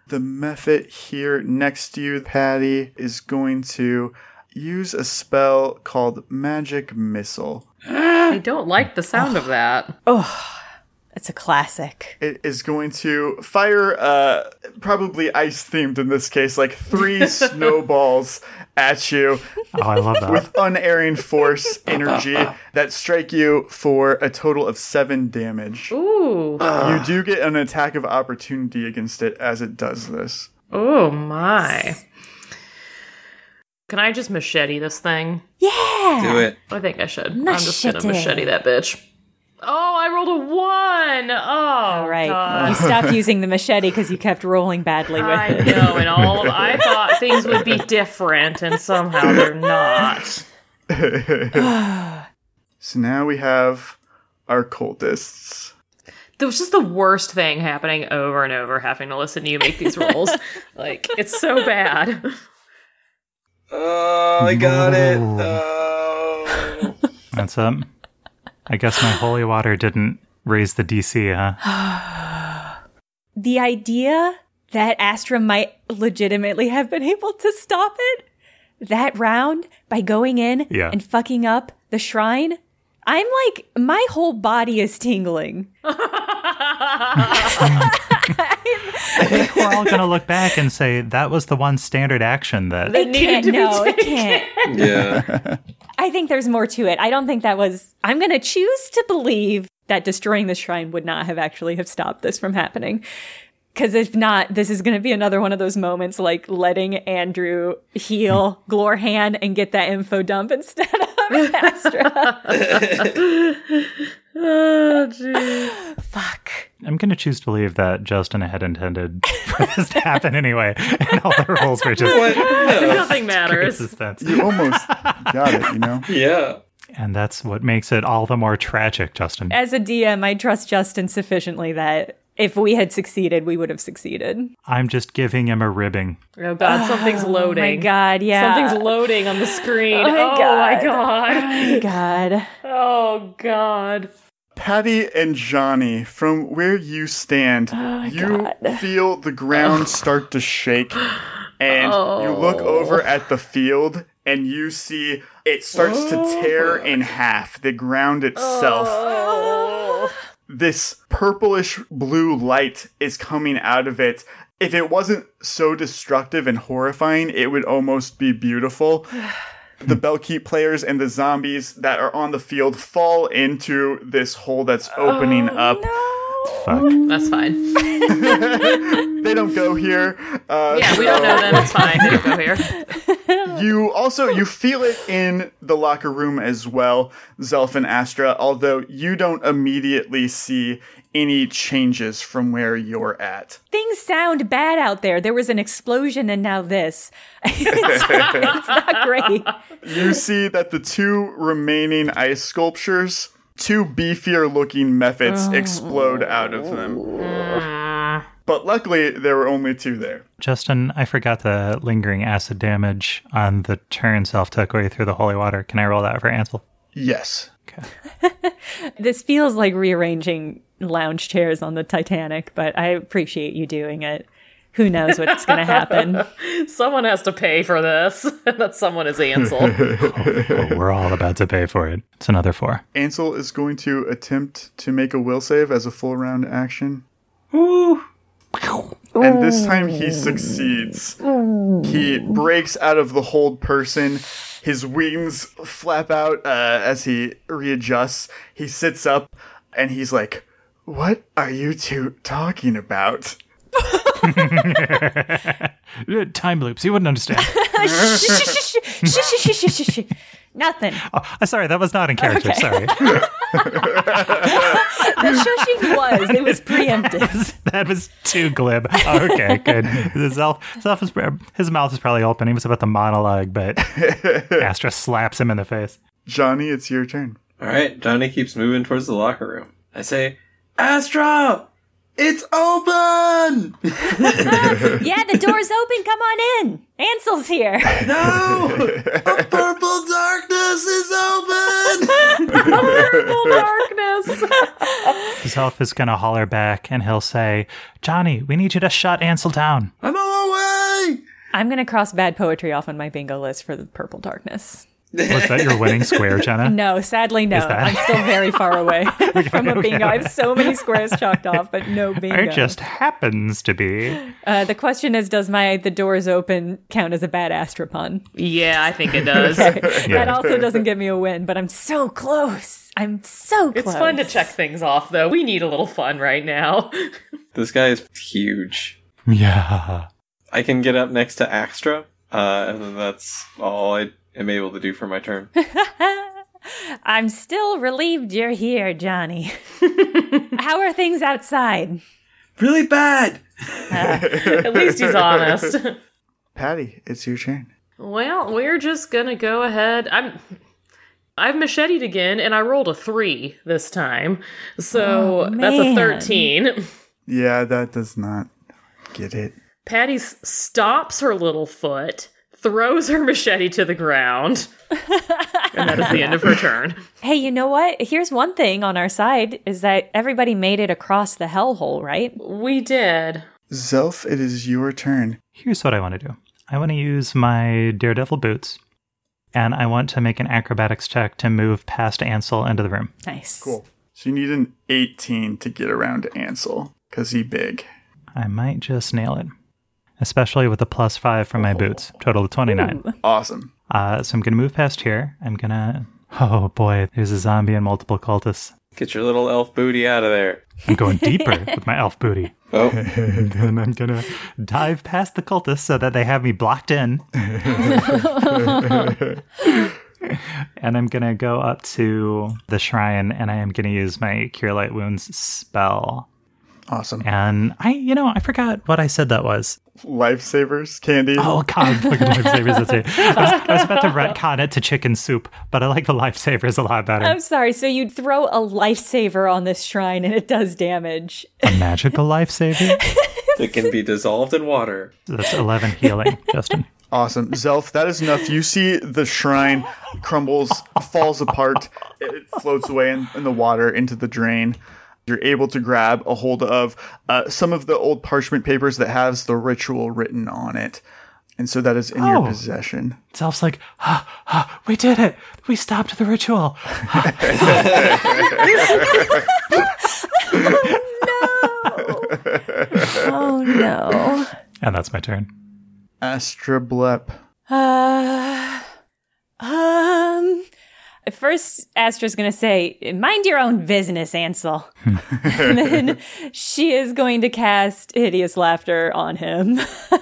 Speaker 5: the method here next to you, Patty, is going to use a spell called Magic Missile.
Speaker 3: I don't like the sound of that.
Speaker 1: Oh, it's a classic.
Speaker 5: It is going to fire, uh, probably ice themed in this case, like three snowballs at you.
Speaker 4: Oh, I love that.
Speaker 5: With unerring force energy that strike you for a total of seven damage.
Speaker 3: Ooh.
Speaker 5: You do get an attack of opportunity against it as it does this.
Speaker 3: Oh my. Can I just machete this thing?
Speaker 1: Yeah.
Speaker 6: Do it.
Speaker 3: I think I should. I'm just gonna
Speaker 1: Machete.
Speaker 3: machete that bitch. Oh, I rolled a one. Oh, All right. God.
Speaker 1: You stopped using the machete because you kept rolling badly with
Speaker 3: I
Speaker 1: it.
Speaker 3: know, and all I thought things would be different, and somehow they're not.
Speaker 5: so now we have our cultists.
Speaker 3: It was just the worst thing happening over and over, having to listen to you make these rolls. like it's so bad.
Speaker 6: Oh, I got it.
Speaker 4: That's up. I guess my holy water didn't raise the DC, huh?
Speaker 1: The idea that Astra might legitimately have been able to stop it that round by going in
Speaker 4: Yeah.
Speaker 1: and fucking up the shrine, I'm like, my whole body is tingling.
Speaker 4: I think we're all gonna look back and say that was the one standard action that
Speaker 1: It can't, no, it can't.
Speaker 6: Yeah.
Speaker 1: I think there's more to it. I don't think that was. I'm going to choose to believe that destroying the shrine would not have actually have stopped this from happening. Because if not, this is going to be another one of those moments like letting Andrew heal Glorhan and get that info dump instead of Astra.
Speaker 3: oh, jeez.
Speaker 4: I'm gonna choose to believe that Justin had intended for this to happen anyway, and all the roles were just
Speaker 3: What? No. Nothing matters.
Speaker 4: Resistance.
Speaker 5: You almost got it, you know?
Speaker 6: Yeah.
Speaker 4: And that's what makes it all the more tragic, Justin.
Speaker 1: As a DM, I trust Justin sufficiently that if we had succeeded, we would have succeeded.
Speaker 4: I'm just giving him a ribbing.
Speaker 3: Oh God, something's
Speaker 1: Oh, my
Speaker 3: loading.
Speaker 1: God, yeah.
Speaker 3: something's loading on the screen.
Speaker 1: Oh, my
Speaker 3: oh my
Speaker 1: God.
Speaker 3: God.
Speaker 1: Oh, God.
Speaker 3: Oh God.
Speaker 5: Patty and Johnny, from where you stand, you feel the ground start to shake, and you look over at the field and you see it starts to tear in half the ground itself. This purplish blue light is coming out of it. If it wasn't so destructive and horrifying, it would almost be beautiful the Bellkeep players and the zombies that are on the field fall into this hole that's opening up.
Speaker 4: Fuck.
Speaker 3: That's fine.
Speaker 5: They don't go here. Uh,
Speaker 3: Yeah, we don't know them. It's fine. They don't go here.
Speaker 5: you also you feel it in the locker room as well, Zelf and Astra. Although you don't immediately see any changes from where you're at.
Speaker 1: Things sound bad out there. There was an explosion and now this. it's, it's not great.
Speaker 5: you see that the two remaining ice sculptures, two beefier looking methods, explode out of them. But luckily, there were only two there.
Speaker 4: Justin, I forgot the lingering acid damage on the turn self took away through the holy water. Can I roll that for Ansel?
Speaker 5: Yes.
Speaker 1: This feels like rearranging lounge chairs on the Titanic, but I appreciate you doing it. Who knows what's going to happen?
Speaker 3: Someone has to pay for this. that someone is Ansel.
Speaker 4: But Oh, we're all about to pay for it. It's another four.
Speaker 5: Ansel is going to attempt to make a will save as a full round action. And this time he succeeds. He breaks out of the hold person. His wings flap out uh, as he readjusts. He sits up and he's like,
Speaker 9: What are you two talking about?
Speaker 4: Uh, Time loops. You wouldn't understand.
Speaker 1: Shh, shh, shh, shh, shh, shh, shh, shh. Nothing.
Speaker 4: Uh, sorry, that was not in character.
Speaker 1: Okay.
Speaker 4: Sorry.
Speaker 1: the shushing was. It was preemptive.
Speaker 4: That was too glib. Okay, good. The Zelf, Zelf is, his mouth is probably open. He was about to monologue, but Astra slaps him in the face.
Speaker 5: Johnny, it's your turn.
Speaker 6: All right, Johnny keeps moving towards the locker room. I say, Astra, it's open.
Speaker 1: yeah, the door's open. Come on in. Ansel's here.
Speaker 6: No! A purple darkness is open!
Speaker 3: purple darkness.
Speaker 4: Zelf is going to holler back and he'll say, Johnny, we need you to shut Ansel down.
Speaker 6: I'm all away.
Speaker 1: I'm going to cross bad poetry off on my bingo list for the purple darkness.
Speaker 4: Was that your winning square, Jenna?
Speaker 1: No, sadly, no.
Speaker 4: Is that-
Speaker 1: I'm still very far away from a bingo. I have so many squares chalked off, but no bingo.
Speaker 4: It just happens to be.
Speaker 1: Uh, the question is, does my the doors open count as a bad Astra pun?
Speaker 3: Yeah, I think it does.
Speaker 1: That also doesn't give me a win, but I'm so close. I'm so close.
Speaker 3: It's fun to check things off, though. We need a little fun right now.
Speaker 6: This guy is huge.
Speaker 4: Yeah.
Speaker 6: I can get up next to Astra, uh, and then that's all I am able to do for my turn.
Speaker 1: I'm still relieved you're here, Johnny. How are things outside?
Speaker 6: Really bad.
Speaker 3: At least he's honest.
Speaker 5: Patty, it's your turn.
Speaker 3: Well, we're just gonna go ahead. I'm. I've macheted again, and I rolled a three this time, so
Speaker 5: Oh,
Speaker 3: that's a
Speaker 5: man.
Speaker 3: thirteen.
Speaker 5: Yeah, that does not get it.
Speaker 3: Patty s- stops her little foot, throws her machete to the ground, and that is the end of her turn.
Speaker 1: Hey, you know what? Here's one thing on our side is that everybody made it across the hellhole, right?
Speaker 3: We did.
Speaker 5: Zelf, it is your turn.
Speaker 4: Here's what I want to do I want to use my Daredevil boots, and I want to make an acrobatics check to move past Ansel into the room.
Speaker 1: Nice.
Speaker 5: Cool. So you need an 18 to get around Ansel because he big.
Speaker 4: I might just nail it, especially with a plus five from my boots. Total of 29.
Speaker 5: Awesome.
Speaker 4: Uh, so I'm going to move past here. I'm going to. Oh boy, there's a zombie and multiple cultists.
Speaker 6: Get your little elf booty out of there.
Speaker 4: I'm going deeper with my elf booty.
Speaker 6: Oh.
Speaker 4: then I'm going to dive past the cultists so that they have me blocked in. and I'm going to go up to the shrine and I am going to use my Cure Light Wounds spell.
Speaker 5: Awesome.
Speaker 4: And I, you know, I forgot what I said that was.
Speaker 5: Lifesavers, candy.
Speaker 4: Oh, God, fucking lifesavers. That's it. I was, I was about to retcon it to chicken soup, but I like the lifesavers a lot better.
Speaker 1: I'm sorry. So you'd throw a lifesaver on this shrine and it does damage.
Speaker 4: A magical lifesaver?
Speaker 6: It can be dissolved in water.
Speaker 4: That's 11 healing, Justin.
Speaker 5: Awesome. Zelf, that is enough. You see the shrine crumbles, falls apart, it floats away in, in the water into the drain. You're able to grab a hold of uh, some of the old parchment papers that has the ritual written on it. And so that is in
Speaker 4: Oh.
Speaker 5: your possession.
Speaker 4: Zelf's like, ah, ah, we did it. We stopped the ritual.
Speaker 1: Oh, no.
Speaker 4: And that's my turn.
Speaker 5: Astra Blep.
Speaker 1: Uh, um, first, Astra's going to say, Mind your own business, Ansel. and then she is going to cast Hideous Laughter on him.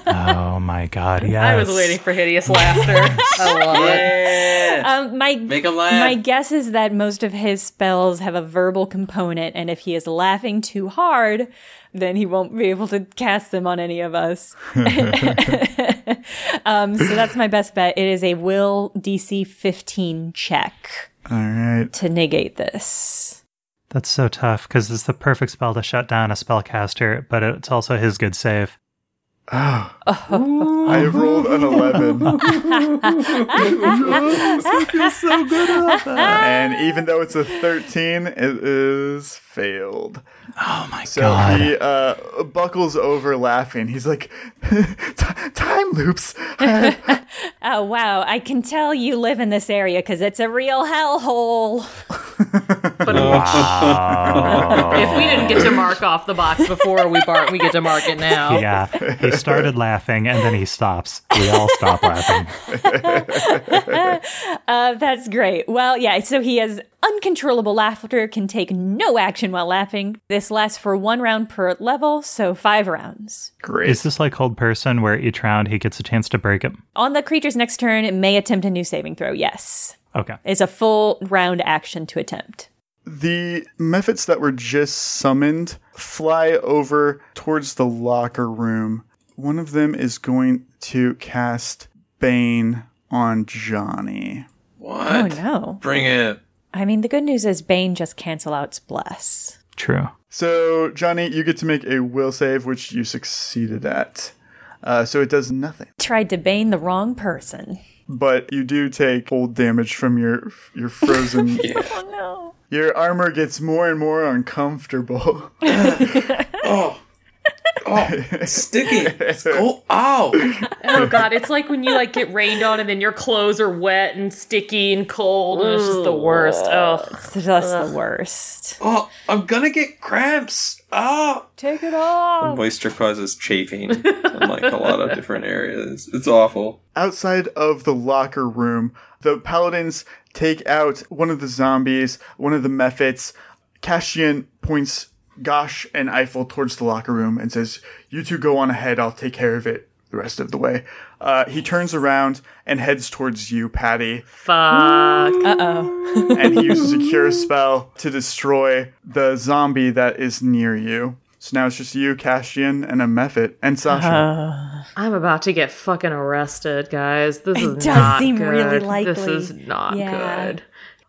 Speaker 4: Oh my god, yes.
Speaker 3: I was waiting for hideous laughter. I love it.
Speaker 1: Um, my
Speaker 3: Make 'em laugh.
Speaker 1: My guess is that most of his spells have a verbal component, and if he is laughing too hard, then he won't be able to cast them on any of us. um, so that's my best bet. It is a will DC 15 check
Speaker 5: All right.
Speaker 1: to negate this.
Speaker 4: That's so tough because it's the perfect spell to shut down a spellcaster, but it's also his good save.
Speaker 5: Oh. I rolled an 11.
Speaker 9: so good
Speaker 5: and even though it's a 13, it is failed.
Speaker 4: Oh my
Speaker 5: so
Speaker 4: God.
Speaker 5: he uh, buckles over laughing. He's like, "Ti- time loops.
Speaker 1: Oh, wow. I can tell you live in this area because it's a real hellhole.
Speaker 3: Oh,
Speaker 4: Oh,
Speaker 3: if we didn't get to mark off the box before we bark, we get to mark it now.
Speaker 4: Yeah, he started laughing and then he stops. We all stop laughing.
Speaker 1: uh, that's great. Well, yeah, so he has uncontrollable laughter, can take no action while laughing. This lasts for one round per level, so five rounds.
Speaker 5: Great.
Speaker 4: Is this like Cold Person, where each round he gets a chance to break him?
Speaker 1: On the creature's next turn, it may attempt a new saving throw, yes.
Speaker 4: Okay.
Speaker 1: It's a full round action to attempt.
Speaker 5: The methods that were just summoned fly over towards the locker room. One of them is going to cast Bane on Johnny.
Speaker 6: What?
Speaker 1: Oh, no.
Speaker 6: Bring it.
Speaker 1: I mean, the good news is Bane just cancel out's bless.
Speaker 4: True.
Speaker 5: So, Johnny, you get to make a will save, which you succeeded at. Uh, so it does nothing.
Speaker 1: Tried to Bane the wrong person.
Speaker 5: But you do take cold damage from your your frozen.
Speaker 1: Oh no.
Speaker 5: Your armor gets more and more uncomfortable. oh.
Speaker 6: Oh, sticky. It's cold. Ow.
Speaker 3: Oh god, it's like when you like get rained on and then your clothes are wet and sticky and cold. And it's just the worst. Oh,
Speaker 1: It's just the worst.
Speaker 6: Oh, I'm gonna get cramps. Oh,
Speaker 1: take it off.
Speaker 6: The moisture causes chafing in like a lot of different areas. It's awful.
Speaker 5: Outside of the locker room, the paladins take out one of the zombies, one of the mephits. Cassian points Gosh and Eiffel towards the locker room and says, You two go on ahead, I'll take care of it the rest of the way. Uh, he turns around and heads towards you, Patty.
Speaker 3: Fuck. Uh
Speaker 1: oh.
Speaker 5: and he uses a cure spell to destroy the zombie that is near you. So now it's just you, Cassian, and a Mephit, and Sasha.
Speaker 3: I'm about to get fucking arrested, guys. This
Speaker 1: It
Speaker 3: is
Speaker 1: does
Speaker 3: not
Speaker 1: seem
Speaker 3: good.
Speaker 1: really
Speaker 3: This
Speaker 1: likely.
Speaker 3: is not
Speaker 1: Yeah.
Speaker 3: good.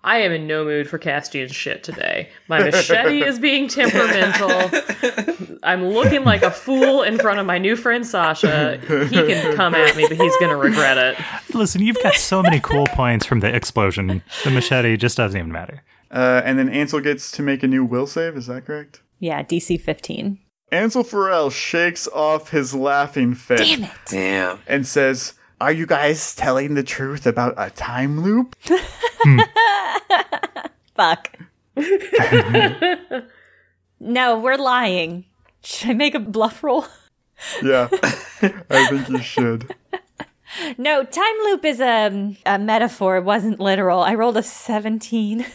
Speaker 3: I am in no mood for Castian's shit today. My machete is being temperamental. I'm looking like a fool in front of my new friend Sasha. He can come at me, but he's gonna regret it.
Speaker 4: Listen, you've got so many cool points from the explosion. The machete just doesn't even matter.
Speaker 5: Uh, and then Ansel gets to make a new will save, is that correct?
Speaker 1: Yeah, DC 15.
Speaker 5: Ansel Pharrell shakes off his laughing fit.
Speaker 1: Damn it.
Speaker 6: Damn.
Speaker 5: And says, Are you guys telling the truth about a time loop?
Speaker 1: Fuck. no, we're lying. Should I make a bluff roll?
Speaker 5: yeah, I think you should.
Speaker 1: No, time loop is a, um, a metaphor. It wasn't literal. I rolled a 17.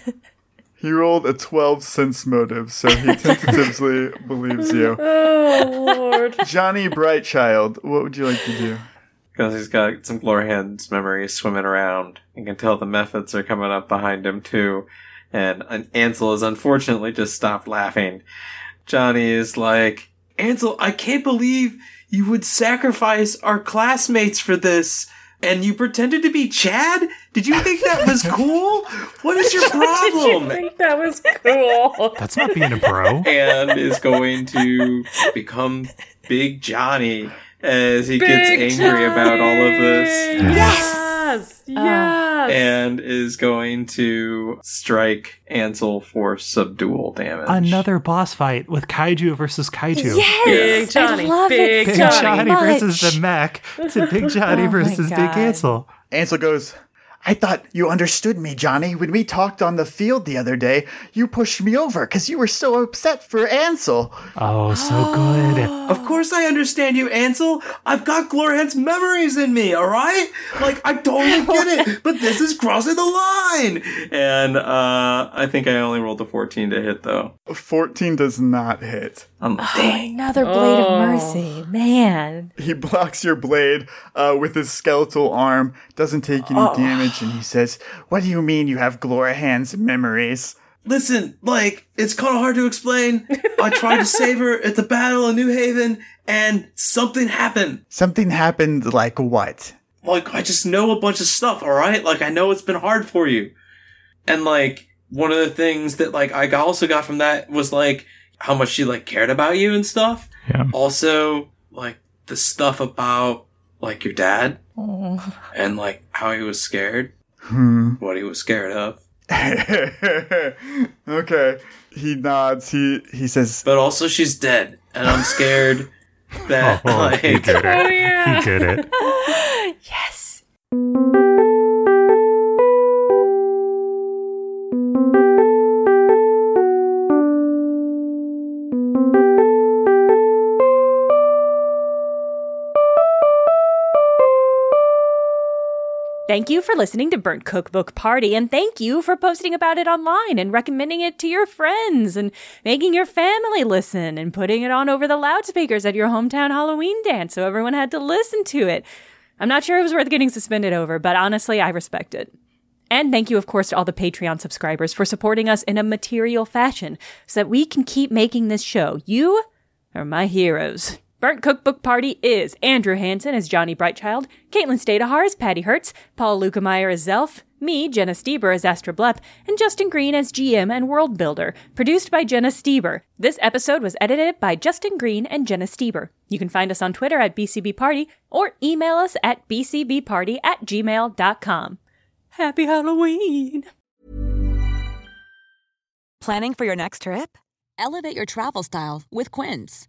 Speaker 5: He rolled a 12 sense motive, so he tentatively believes you.
Speaker 3: Oh, Lord.
Speaker 5: Johnny Brightchild, what would you like to do?
Speaker 6: Because he's got some Glorhand's memories swimming around. You can tell the methods are coming up behind him too. And An- Ansel has unfortunately just stopped laughing. Johnny is like, Ansel, I can't believe you would sacrifice our classmates for this. And you pretended to be Chad? Did you think that was cool? What is your
Speaker 3: Did you
Speaker 6: problem?
Speaker 3: think that was cool?
Speaker 4: That's not being a bro.
Speaker 6: and is going to become Big Johnny as he gets
Speaker 3: Big
Speaker 6: angry about all of this.
Speaker 3: Yes. Yes.
Speaker 6: And is going to strike Ansel for subdual damage.
Speaker 4: Another boss fight with kaiju versus kaiju.
Speaker 3: Big Johnny. big
Speaker 4: Big
Speaker 3: Johnny.
Speaker 4: Johnny versus the mech. It's a Big Johnny
Speaker 5: Oh my
Speaker 4: versus Big
Speaker 5: God.
Speaker 4: Ansel.
Speaker 5: Ansel goes, I thought you understood me, Johnny. When we talked on the field the other day, you pushed me over because you were so upset for Ansel.
Speaker 4: Oh, so good.
Speaker 6: Of course I understand you, Ansel. I've got Glorhand's memories in me, alright? Like, I totally get it, but this is crossing the line! And, uh, I think I only rolled a 14 to hit, though.
Speaker 5: 14 does not hit.
Speaker 6: I'm
Speaker 3: Oh,
Speaker 1: Another blade of mercy. Man.
Speaker 5: He blocks your blade uh, with his skeletal arm, doesn't take any damage, and he says, What do you mean you have Glorahan's memories?
Speaker 6: Listen, like, it's kind of hard to explain. I tried to save her at the Battle of New Haven, and something happened.
Speaker 5: Something happened like what?
Speaker 6: like I just know a bunch of stuff, all right? Like I know it's been hard for you. And like one of the things that like I also got from that was like how much she like cared about you and stuff.
Speaker 4: Yeah.
Speaker 6: Also like the stuff about like your dad
Speaker 1: Oh.
Speaker 6: and like how he was scared,
Speaker 5: Hmm.
Speaker 6: what he was scared of.
Speaker 5: okay. He nods. He he says,
Speaker 6: But also she's dead and I'm scared that
Speaker 4: Oh,
Speaker 6: like
Speaker 4: he did it. He did it.
Speaker 1: yes. Thank you for listening to Burnt Cookbook Party, and thank you for posting about it online and recommending it to your friends and making your family listen and putting it on over the loudspeakers at your hometown Halloween dance so everyone had to listen to it. I'm not sure it was worth getting suspended over, but honestly, I respect it. And thank you, of course, to all the Patreon subscribers for supporting us in a material fashion so that we can keep making this show. You are my heroes. Burnt Cookbook Party is Andrew Hansen as Johnny Brightchild, Caitlin Stadahar as Patty Hertz, Paul Lukemeyer as Zelf, me, Jenna Stieber, as Astra Blep, and Justin Green as GM and World Builder, produced by Jenna Stieber. This episode was edited by Justin Green and Jenna Stieber. You can find us on Twitter at BCB Party or email us at bcbparty at gmail.com. Happy Halloween!
Speaker 10: Planning for your next trip? Elevate your travel style with Quince.